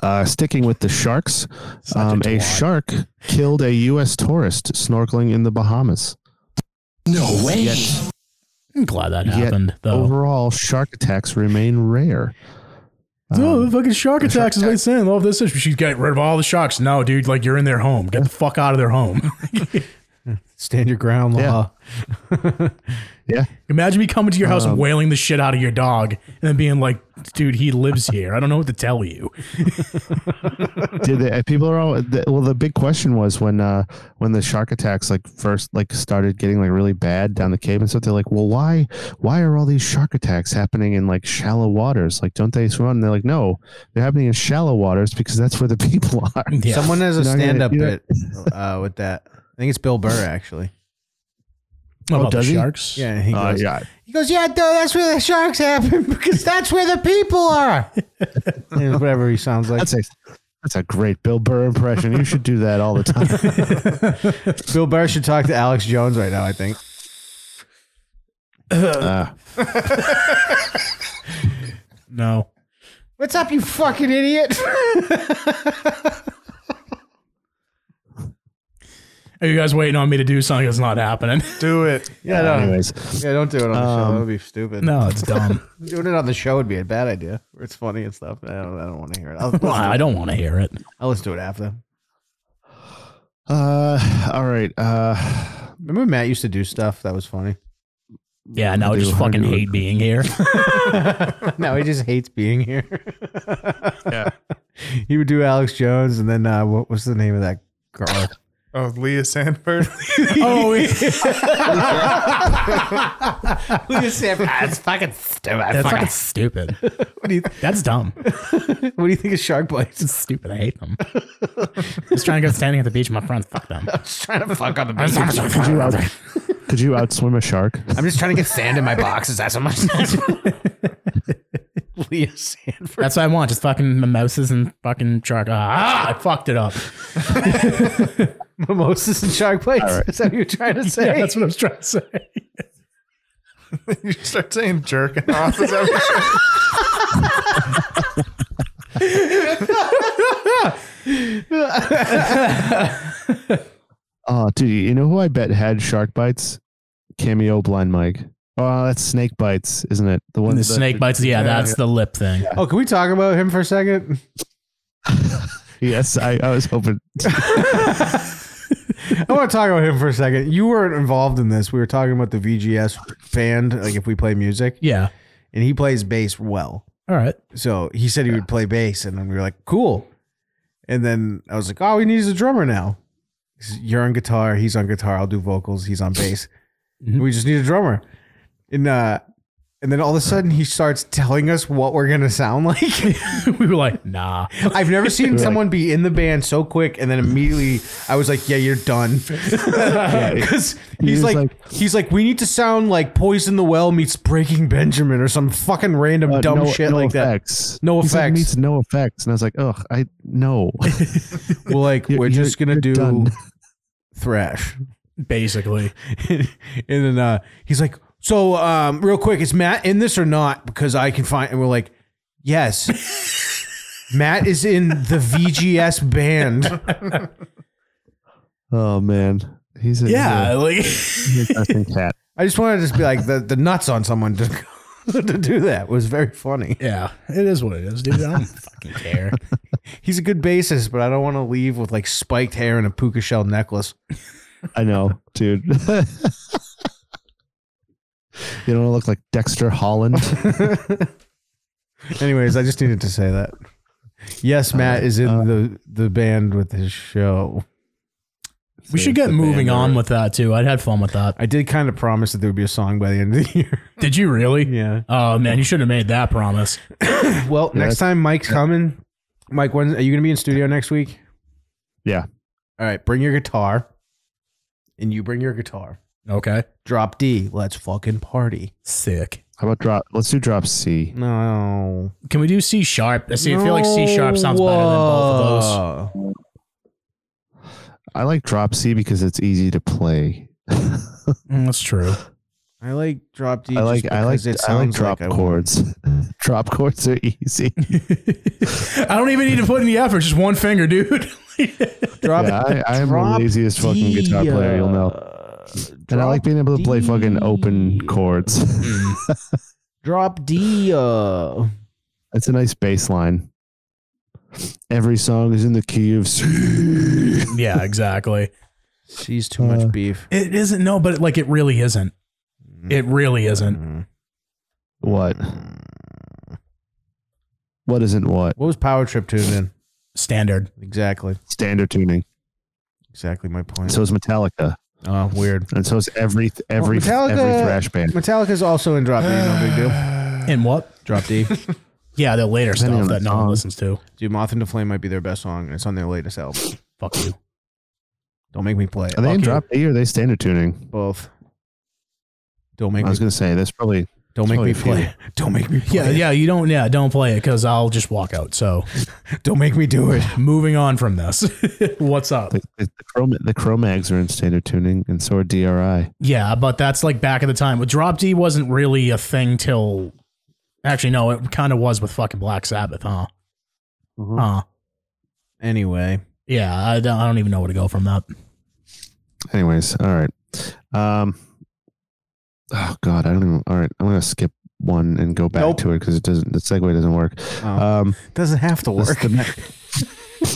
Uh, sticking with the sharks, um, a shark killed a U.S. tourist snorkeling in the Bahamas. No way. I'm glad that Yet happened, Oh. though. overall, shark attacks remain rare. Um, oh, the fucking shark attacks is what he's saying. Oh, this is we should get rid of all the sharks. No, dude, like you're in their home. Get the fuck out of their home. Stand your ground, law. Yeah, Imagine me coming to your house and Um, wailing the shit out of your dog and then being like, dude, he lives here. I don't know what to tell you. Did they, uh, people are all the, well? The big question was when uh, when the shark attacks like first like started getting like really bad down the Cape and stuff. They're like, well, why why are all these shark attacks happening in like shallow waters? Like, don't they swim? out? And they're like, no, they're happening in shallow waters because that's where the people are. Someone has a You're not gonna- stand up you know- bit uh, with that. I think it's Bill Burr actually. Oh, About the does he? sharks? Yeah, he Uh, goes, yeah. He goes, yeah, dude, that's where the sharks happen because that's where the people are. And whatever he sounds like. That's a that's a great Bill Burr impression. You should do that all the time. Bill Burr should talk to Alex Jones right now. I think. Ah. No. What's up, you fucking idiot? I Are you guys waiting on me to do something that's not happening? Do it. Yeah, no. Yeah, don't do it on the show. Um, That would be stupid. no, it's dumb. Doing it on the show would be a bad idea. Where it's funny and stuff. I don't, I don't want to hear it. I'll, Well, I don't want to hear it. I'll listen to it after. Uh, all right. Uh, remember Matt used to do stuff that was funny. Yeah, now I just fucking hate being here. now he just hates being here. Yeah. he would do Alex Jones, and then uh, what was the name of that girl? Oh, Leah Sanford. oh, Leah Sanford. That's fucking stupid. That's fucking stupid. That's dumb. what do you think of shark bites? It's stupid. I hate them. just trying to go standing at the beach with my friends. Fuck them. just trying to fuck on the could, you out, could you outswim a shark? I'm just trying to get sand in my boxes. That's how much. Leah Sanford. That's what I want. Just fucking mimosas and fucking shark. Ah, I fucked it up. Mimosas and shark bites. Is that what you're trying to say? Yeah, that's what I was trying to say. you start saying jerking off. Is that what you- Oh, dude, you know who I bet had shark bites? Cameo blind Mike. Oh, that's snake bites, isn't it? The one the snake bites. Yeah, that's the lip thing. Oh, can we talk about him for a second? Yes, I, I was hoping. I want to talk about him for a second. You weren't involved in this. We were talking about the VGS band, like if we play music. Yeah. And he plays bass well. All right. So he said he would play bass, and then we were like, cool. And then I was like, oh, he needs a drummer now. He says, You're on guitar, he's on guitar, I'll do vocals, he's on bass. We just need a drummer. And uh and then all of a sudden he starts telling us what we're gonna sound like. we were like, nah. I've never seen someone be in the band so quick, and then immediately I was like, "Yeah, you're done," because he's was like, like- he's like, we need to sound like Poison the Well meets Breaking Benjamin or some fucking random uh, dumb no- shit no like effects. No He's Like, effects. meets no effects, and I was like, ugh, I no. that. We're like, You're- we're you're- just gonna you're do done. thrash, Basically. and then uh, he's like, so um, real quick, is Matt in this or not? Because I can find, and we're like, yes. Matt is in the VGS band. Oh man, he's a, Yeah. Like, he's a interesting cat. I just wanted to just be like the, the nuts on someone to to do that was very funny. yeah. It is what it is, dude. I don't fucking care. He's a good bassist, but I don't want to leave with like spiked hair and a puka shell necklace. I know, dude. you don't wanna look like Dexter Holland. Anyways, I just needed to say that. Yes, Matt is in the the band with his show. We should get moving on with that, too. I'd had fun with that. I did kind of promise that there would be a song by the end of the year. Did you really? Yeah. Oh, man. You should have made that promise. Well, next time Mike's coming. Mike, when are you going to be in studio next week? Yeah. All right, bring your guitar. And you bring your guitar. Okay. Drop D. Let's fucking party. Sick. How about drop? Let's do drop C. No. Can we do C sharp? I See, I feel like C sharp sounds better than both of those. of those. I like drop C because it's easy to play. Mm, that's true. I like drop D. I like just I like because it I like sounds drop I want- chords. drop chords are easy. I don't even need to put any effort. Just one finger, dude. Drop, Yeah, I, I am the drop laziest fucking guitar D, player you'll know. uh, And I like being able to play D. Mm. fucking open chords. Drop D. Uh, That's a nice bass line. Every song is in the key of C. yeah, exactly. she's too much Uh, beef. It isn't. No, but like it really isn't. It really isn't. What? What isn't what? What was Power Trip tuned in? Standard. Exactly. Standard tuning. Exactly my point. So is Metallica, oh, weird. and so is every every Metallica- every thrash band. Metallica's also in Drop D. No big deal. And what? Drop D. Yeah, the later Depending stuff on that the no one song. listens to. Dude, Moth into Flame might be their best song, and it's on their latest album. Fuck you. Don't make me play it. Are they in Fuck you. drop D or are they standard tuning? both. Don't make I me. was gonna say there's probably Don't make Totally me play. Don't make me play. Yeah, yeah. You don't. Yeah, don't play it because I'll just walk out. So, Don't make me do it. moving on from this. What's up? the the, Chrome, the Chromags are in standard tuning, and so are DRI. Yeah, but that's like back at the time. But Drop D wasn't really a thing till. Actually, no, it kind of was with fucking Black Sabbath, huh? Huh. Mm-hmm. Anyway, Yeah, I don't, I don't even know where to go from that. Anyways, all right. Um, oh God, I don't even. All right, I'm gonna skip one and go back Nope. to it because it doesn't. The segue doesn't work. Um, doesn't have to this- work. the ne-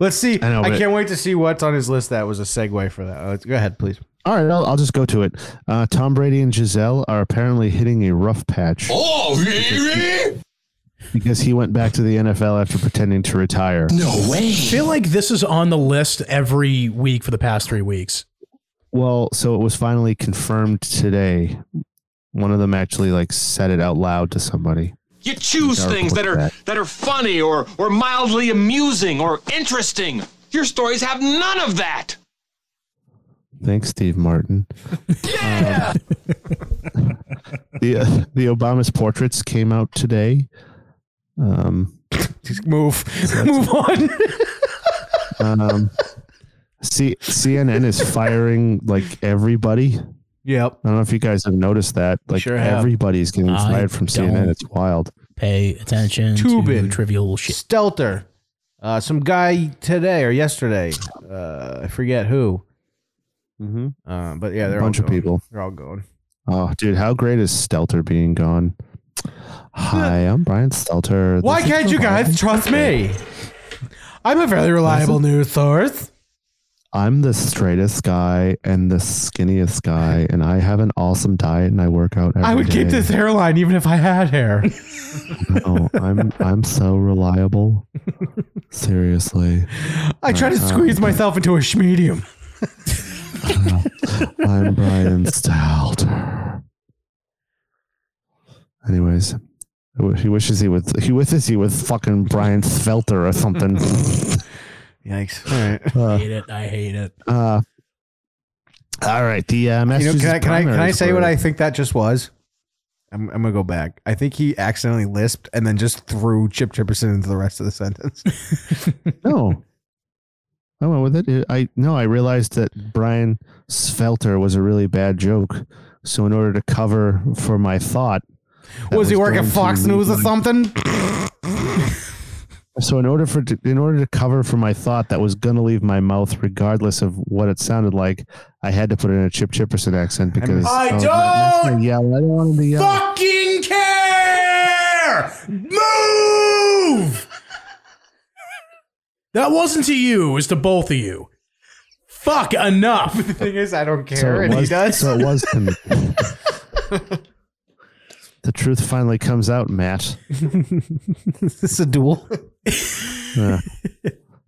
Let's see. I, know, but- can't wait to see what's on his list. That was a segue for that. Uh, Go ahead, please. all right, I'll, I'll just go to it. Uh, Tom Brady and Giselle are apparently hitting a rough patch. Oh, really? because he went back to the NFL after pretending to retire. I feel like this is on the list every week for the past three weeks. Well, so it was finally confirmed today. One of them actually like said it out loud to somebody. You choose Dark things that are quarterback. that are funny or or mildly amusing or interesting. Your stories have none of that. Thanks, Steve Martin. Um, the uh, the Obama's portraits came out today. Um, Just move, move on. um, C- CNN is firing like everybody. Yep. I don't know if you guys have noticed that. Like Sure have. everybody's getting I fired from CNN. don't. It's wild. Pay attention Tubin. to trivial shit. Stelter, uh, some guy today or yesterday, uh, I forget who. Mm-hmm. Uh, but yeah, A they're bunch all of going. people. They're all going. Oh, dude, how great is Stelter being gone? Hi, I'm Brian Stelter. Why This is can't the you guys Brian trust Stelter. me? I'm a very reliable news source. I'm the straightest guy and the skinniest guy, and I have an awesome diet and I work out every I would keep day. this hairline even if I had hair. No, I'm I'm so reliable. Seriously, I try to Uh, squeeze myself into a schmedium. I'm Brian Stelter. Anyways, I wish- he wishes he was he wishes he was fucking Brian Svelter or something. Yikes! All right. Uh, hate it. I hate it. Uh, all right. The uh, You know, Massachusetts can I, can I, can I primaries say were- what I think that just was? I'm, I'm gonna go back. I think he accidentally lisped and then just threw Chip Chipperson into the rest of the sentence. No. I went with it. I no. I realized that Brian Svelter was a really bad joke. So in order to cover for my thought, that was he working going to Fox lead News or me- something? So in order for in order to cover for my thought that was going to leave my mouth, regardless of what it sounded like, I had to put it in a Chip Chipperson accent because I Oh, was not- not gonna yell. I don't want him to yell. Fucking care! Move! That wasn't to you. It was to both of you. Fuck enough. the thing is, I don't care, So it and he was- does. So it was him. the truth finally comes out, Matt. is this a duel? Yeah.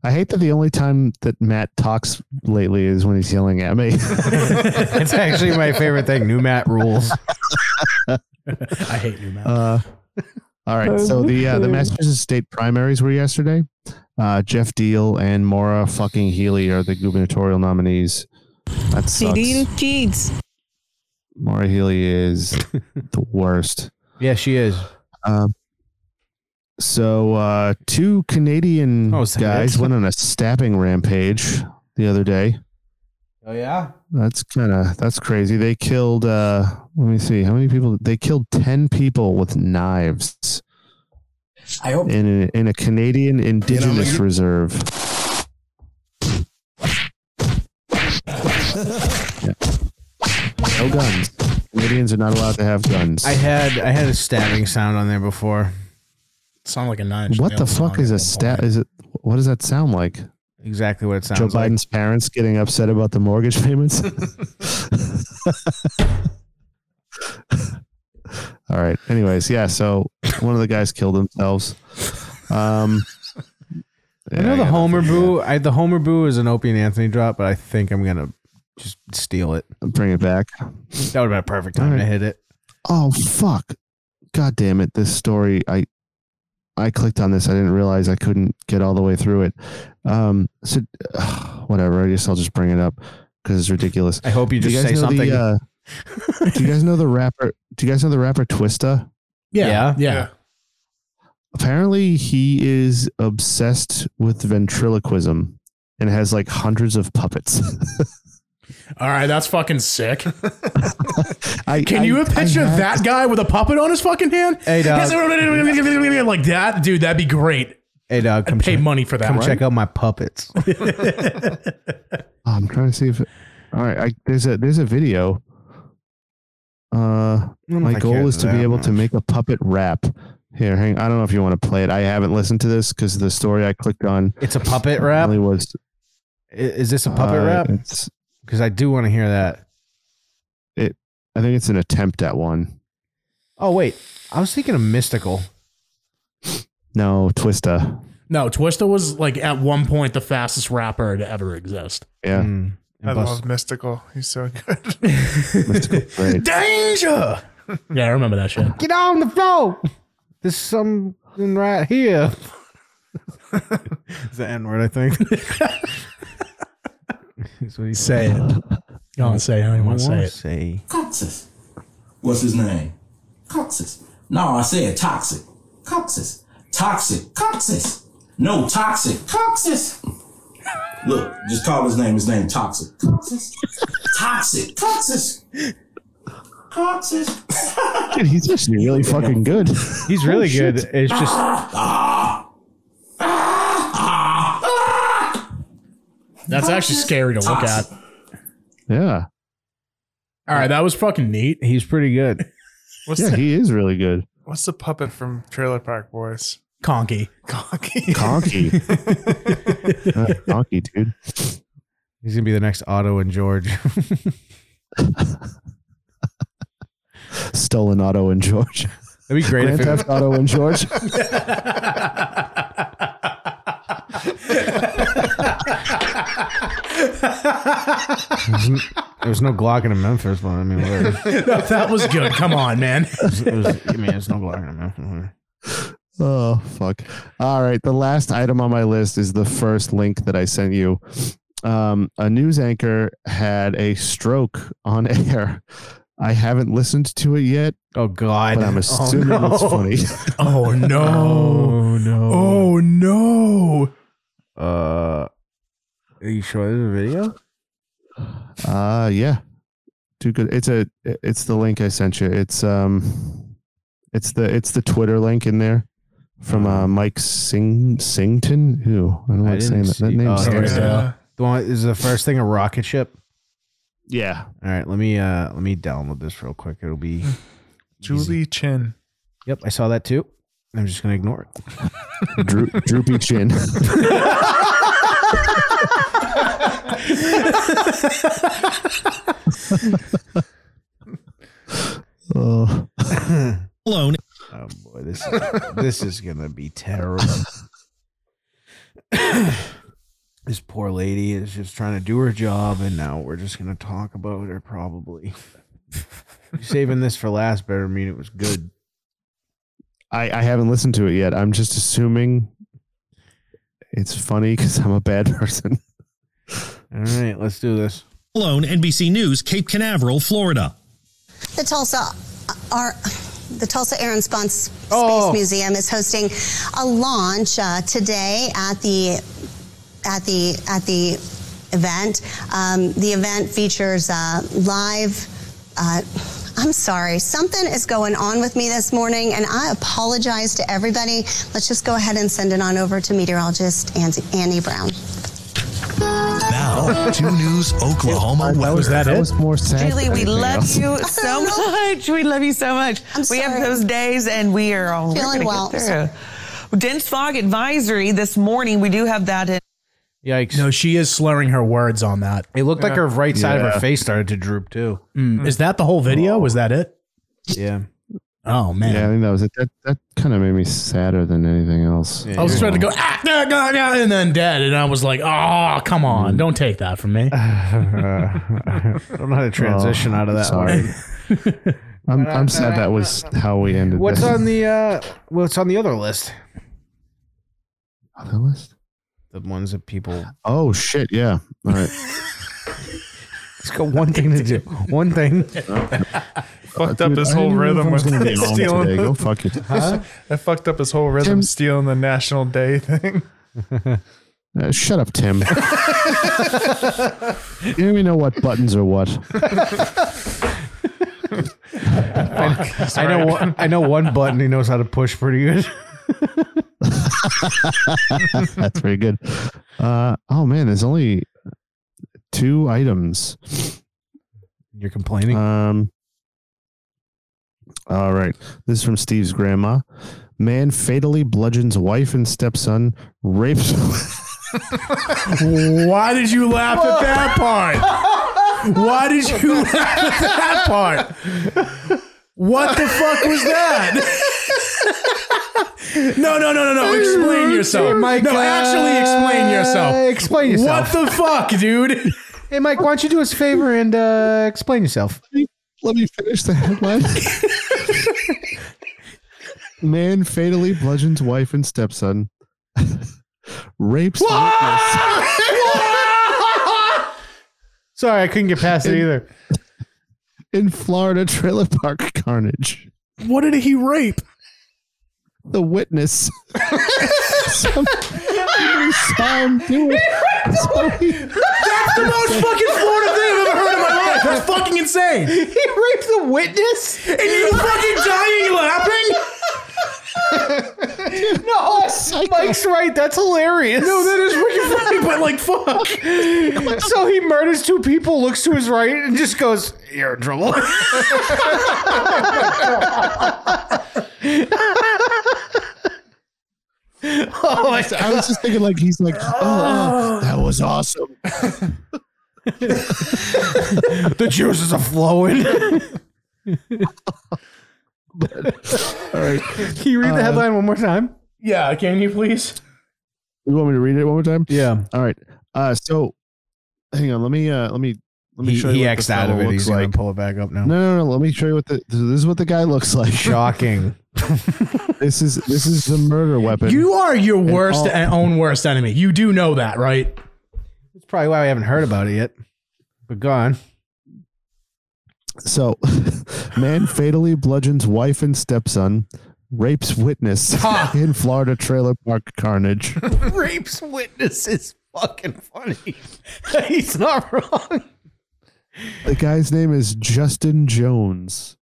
I hate that the only time that Matt talks lately is when he's yelling at me. it's actually my favorite thing. New Matt rules. I hate you, Matt. Uh, all right. So the uh, the Massachusetts state primaries were yesterday. Uh, Jeff Deal and Maura fucking Healy are the gubernatorial nominees. That sucks. cheats. Maura Healy is the worst. Yeah, she is. Um, so uh, two Canadian Oh, is that guys it? went on a stabbing rampage the other day. Oh yeah. That's kind of that's crazy. They killed. uh Let me see how many people they killed. Ten people with knives. I hope in a, in a Canadian Indigenous reserve. Yeah. No guns. Canadians are not allowed to have guns. I had I had a stabbing sound on there before. Sound like a nine. inch what the nail fuck song. is a stat? Is it? What does that sound like? Exactly what it sounds Joe like. Biden's parents getting upset about the mortgage payments. All right. Anyways, yeah. So one of the guys killed themselves. Um, I yeah, know the gotta Homer Boo. I, the Homer Boo is an Opie and Anthony drop, but I think I'm gonna just steal it. Bring it back. That would have been a perfect time to hit it. Oh fuck! God damn it! This story, I, I clicked on this. I didn't realize I couldn't get all the way through it. Um, so whatever. I guess I'll just bring it up because it's ridiculous. I hope you Do just say guys know the, something. uh, do you guys know the rapper? Do you guys know the rapper Twista? Yeah. Yeah. yeah. Apparently, he is obsessed with ventriloquism and has like hundreds of puppets. All right, that's fucking sick. I, Can I- you picture I have- that guy with a puppet on his fucking hand? Hey, dog. like that, dude. That'd be great. Hey dog, come I'd pay check- money for that. Come right? check out my puppets. I'm trying to see if. All right, I, there's a there's a video. Uh, don't know my if I goal care is to be that able to much. make a puppet rap. Here, hang. I don't know if you want to play it. I haven't listened to this because the story I clicked on. It's a puppet rap? Really was. I- Is this a puppet Uh, rap? It's because I do want to hear that. It. I think it's an attempt at one. Oh wait, I was thinking of mystical. No, Twista. No, Twista was like at one point the fastest rapper to ever exist. Yeah. Mm. Hmm. I love Mystical. He's so good. Right. Danger! Yeah, I remember that shit. Get on the floor. There's something right here. Is the N word? I think. That's what he Say it. Don't say it. I don't even want to say it. Say. Coxis. What's his name? Coxis. No, I said toxic. Coxis. Toxic. Coxis. No, toxic. Coxis. Look, just call his name. His name toxic. Coxis. Toxic. Coxis. Coxis. Dude, he's actually really fucking good. He's really good. It's just That's actually scary to look at. Yeah. All right, that was fucking neat. He's pretty good. What's Yeah, the, he is really good. What's the puppet from Trailer Park Boys? Conky. Conky. Conky. Uh, Donkey, dude. He's gonna be the next Otto and George. Stolen Otto and George. That'd be great if Grand it- Theft Auto and George. There's n- there was no Glock in Memphis, but I mean, whatever. No, that was good. Come on, man. It was- it was- I mean, it's no Glock in Memphis. whatever. Oh fuck! All right, the last item on my list is the first link that I sent you. Um, a news anchor had a stroke on air. I haven't listened to it yet. Oh god! But I'm assuming it's funny. Oh no. Oh no! Oh no. Uh, are you sure there's a video? Uh yeah. Too good. It's a it's the link I sent you. It's um it's the it's the Twitter link in there from uh Mike Sing Sington. Who I don't like saying that. That see- name oh, here we starts go. The one is the first thing a rocket ship. Yeah. All right, let me uh let me download this real quick. It'll be Julie Chin. Yep, I saw that too. I'm just gonna ignore it. Dro- droopy chin. oh. Alone. Oh boy, this is this is gonna be terrible. this poor lady is just trying to do her job, and now we're just gonna talk about her probably. Saving this for last better mean it was good. I, I haven't listened to it yet. I'm just assuming it's funny because I'm a bad person. All right, let's do this. Alone, NBC News, Cape Canaveral, Florida. The Tulsa are. The Tulsa Air and Spawn Space Oh. Museum is hosting a launch uh, today at the at the at the event. Um, the event features uh, live. Uh, I'm sorry, something is going on with me this morning, and I apologize to everybody. Let's just go ahead and send it on over to meteorologist Andy, Andy Brown. Now, two news Oklahoma weather. was that That it? was more sad Julie, we love you so much. We love you so much. we have those days, and we are all we're Feeling gonna well. get through. Dense fog advisory this morning. We do have that in. Yikes. No, she is slurring her words on that. It looked like her right side of Yeah. her face started to droop too. Mm, Is that the whole video? Was that it? Yeah. Oh man. Yeah, I think that was it. That that kind of made me sadder than anything else. I was expecting to go ah, nah, nah, nah, and then dead, and I was like, oh, come on, don't take that from me. I don't know how to transition Oh, out of that sorry. one. I'm I'm sad that was how we ended. What's this. on the uh what's on the other list? Other list? The ones that people Oh shit! Yeah. All right. It's got one thing to do. One thing. Fucked up Dude, his I whole didn't even know rhythm if with I was gonna be on stealing. today. Go fuck it. Huh? I fucked up his whole rhythm stealing the National Day thing. Uh, shut up, Tim. you don't even know what buttons are what. I, I know one, I know one button he knows how to push pretty good. That's very good. Uh, oh man, there's only two items. You're complaining? Um, all right. This is from Steve's grandma. Man fatally bludgeons wife and stepson, rapes. Why did you laugh at that part? Why did you laugh at that part? What the fuck was that? no, no, no, no, no. Explain yourself. Mike, no, actually explain yourself. Uh, Explain yourself. What the fuck, dude? Hey, Mike, why don't you do us a favor and uh, explain yourself? Let me finish the headline. Man fatally bludgeons wife and stepson, rapes witness. Sorry, I couldn't get past it either. In Florida trailer park carnage, What did he rape? the witness. Some- somebody saw him do it. So he- That's the most fucking Florida thing I've ever heard in my life. That's fucking insane. He raped the witness? And you fucking dying laughing? no, Mike's right. That's hilarious. No, that is freaking funny, but like, fuck. so he murders two people, looks to his right, and just goes, You're in trouble. I was- I was just thinking, like he's like, oh, oh, that was awesome. the juices are flowing. All right, Can you read the Uh, headline one more time? Yeah, can you please? you want me to read it one more time? Yeah. All right. Uh, so hang on. Let me. Uh, let me. Let me He, show you. he what the X'd out of fellow it. Looks He's like. going to pull it back up now. No, no, no. Let me show you what the. This is what the guy looks like. Shocking. this is this is the murder weapon. You are your worst all- and own worst enemy. You do know that, right? That's probably why we haven't heard about it yet. But go on. So, man fatally bludgeons wife and stepson, rapes witness in Florida trailer park carnage. Rapes witness is fucking funny. He's not wrong. The guy's name is Justin Jones.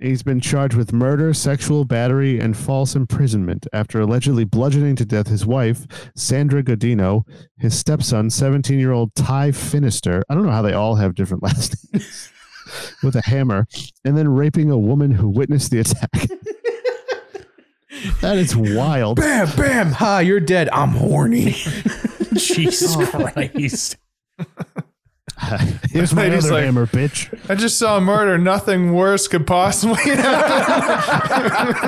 He's been charged with murder, sexual battery, and false imprisonment after allegedly bludgeoning to death his wife, Sandra Godino, his stepson, 17 year old Ty Finister. I don't know how they all have different last names. with a hammer, and then raping a woman who witnessed the attack. that is wild. Bam, bam. Ha, you're dead. I'm horny. Jesus Christ. Here's my Lady's other like- hammer, bitch. I just saw a murder. Nothing worse could possibly happen.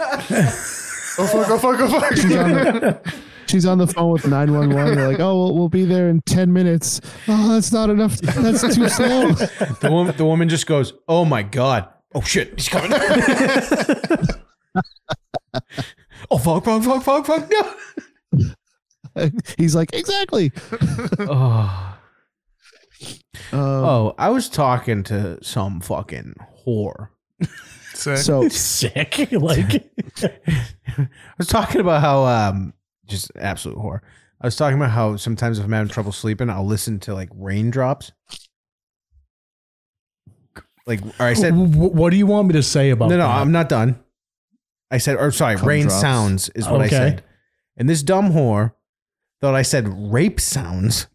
oh fuck! Oh fuck! Oh fuck! She's on the, she's on the phone with 911. They're like, oh, we'll, we'll be there in 10 minutes. Oh, that's not enough. That's too slow. The woman, the woman just goes, "Oh my god! Oh shit! He's coming!" oh fuck! Fuck! Fuck! Fuck! Fuck! No! He's like, exactly. Oh. Um, oh, I was talking to some fucking whore. Sick. Oh. So, Sick. Like, I was talking about how um, just absolute whore. I was talking about how sometimes if I'm having trouble sleeping, I'll listen to like raindrops. Like, or I said, W- w- what do you want me to say about No, no, that? I'm not done. I said, or sorry, Cum rain drops. sounds is what I Okay. said. And this dumb whore thought I said rape sounds.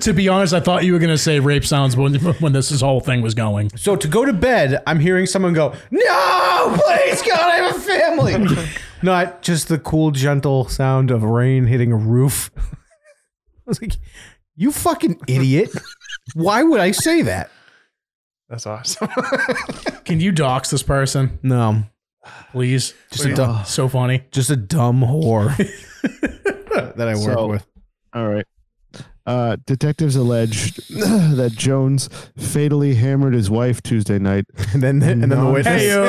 to be honest, I thought you were going to say rape sounds when, when this, this whole thing was going. So to go to bed, I'm hearing someone go, "No, please God, I have a family." Not just the cool, gentle sound of rain hitting a roof. I was like, "You fucking idiot! Why would I say that?" That's awesome. Can you dox this person, No, please? just a dumb, So funny. just a dumb whore that I work So- with. all right. Uh, detectives alleged that Jones fatally hammered his wife Tuesday night. And then, and then the witness. Hey, uh,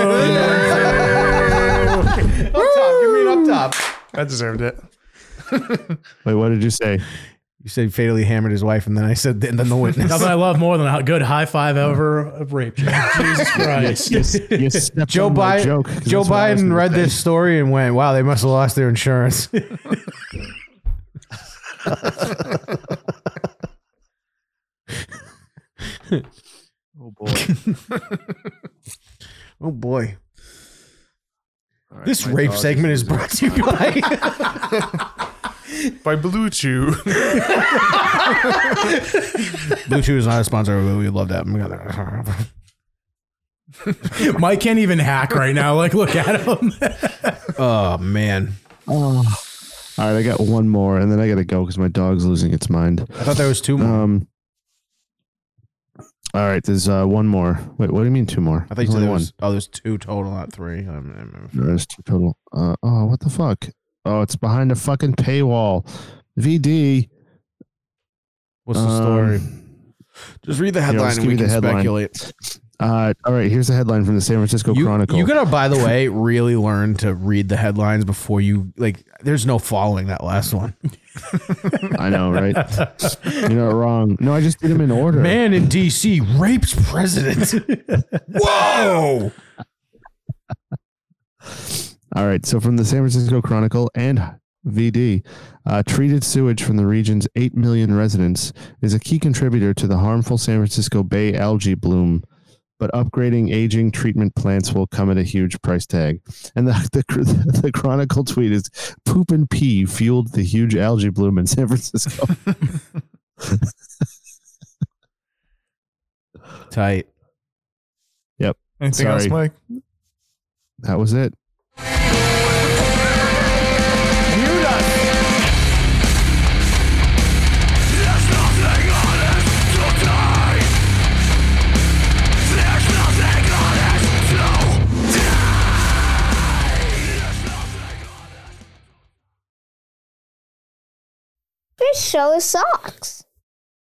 up top, give me an up top. I deserved it. Wait, what did you say? You said fatally hammered his wife, and then I said, and then the witness. Nothing I love more than a good high five ever of rape. Jesus Christ. You stepped Joe on my Biden, joke, 'cause Joe that's what I was Biden gonna read say. this story and went, "Wow, they must have lost their insurance." Oh boy. oh boy! All This My rape dog segment is brought to you by. by Blue Chew. Blue Chew is not a sponsor, but we would love to have them. Mike can't even hack right now. Like, look at him. oh man. Oh. All right, I got one more, and then I gotta go because my dog's losing its mind. I thought there was two more. Um, all right, there's uh, one more. Wait, what do you mean two more? I think There's there only was, oh, there's two total, not three. Um, one. There's two total. Uh, oh, what the fuck? Oh, it's behind a fucking paywall. VD. What's Um, the story? Just read the yeah, headline let's and give we you can the headline. speculate. Uh, all right, here's the headline from the San Francisco Chronicle. You gotta, by the way, really learn to read the headlines before you like. There's no following that last one. I know, right? You're not wrong. No, I just did them in order. Man in D.C. rapes president. Whoa! All right. So from the San Francisco Chronicle and VD, uh, treated sewage from the region's 8 million residents is a key contributor to the harmful San Francisco Bay algae bloom. But upgrading aging treatment plants will come at a huge price tag. And the, the, the Chronicle tweet is poop and pee fueled the huge algae bloom in San Francisco. Tight. Yep. Anything else, Sorry. Mike? That was it. This show is socks.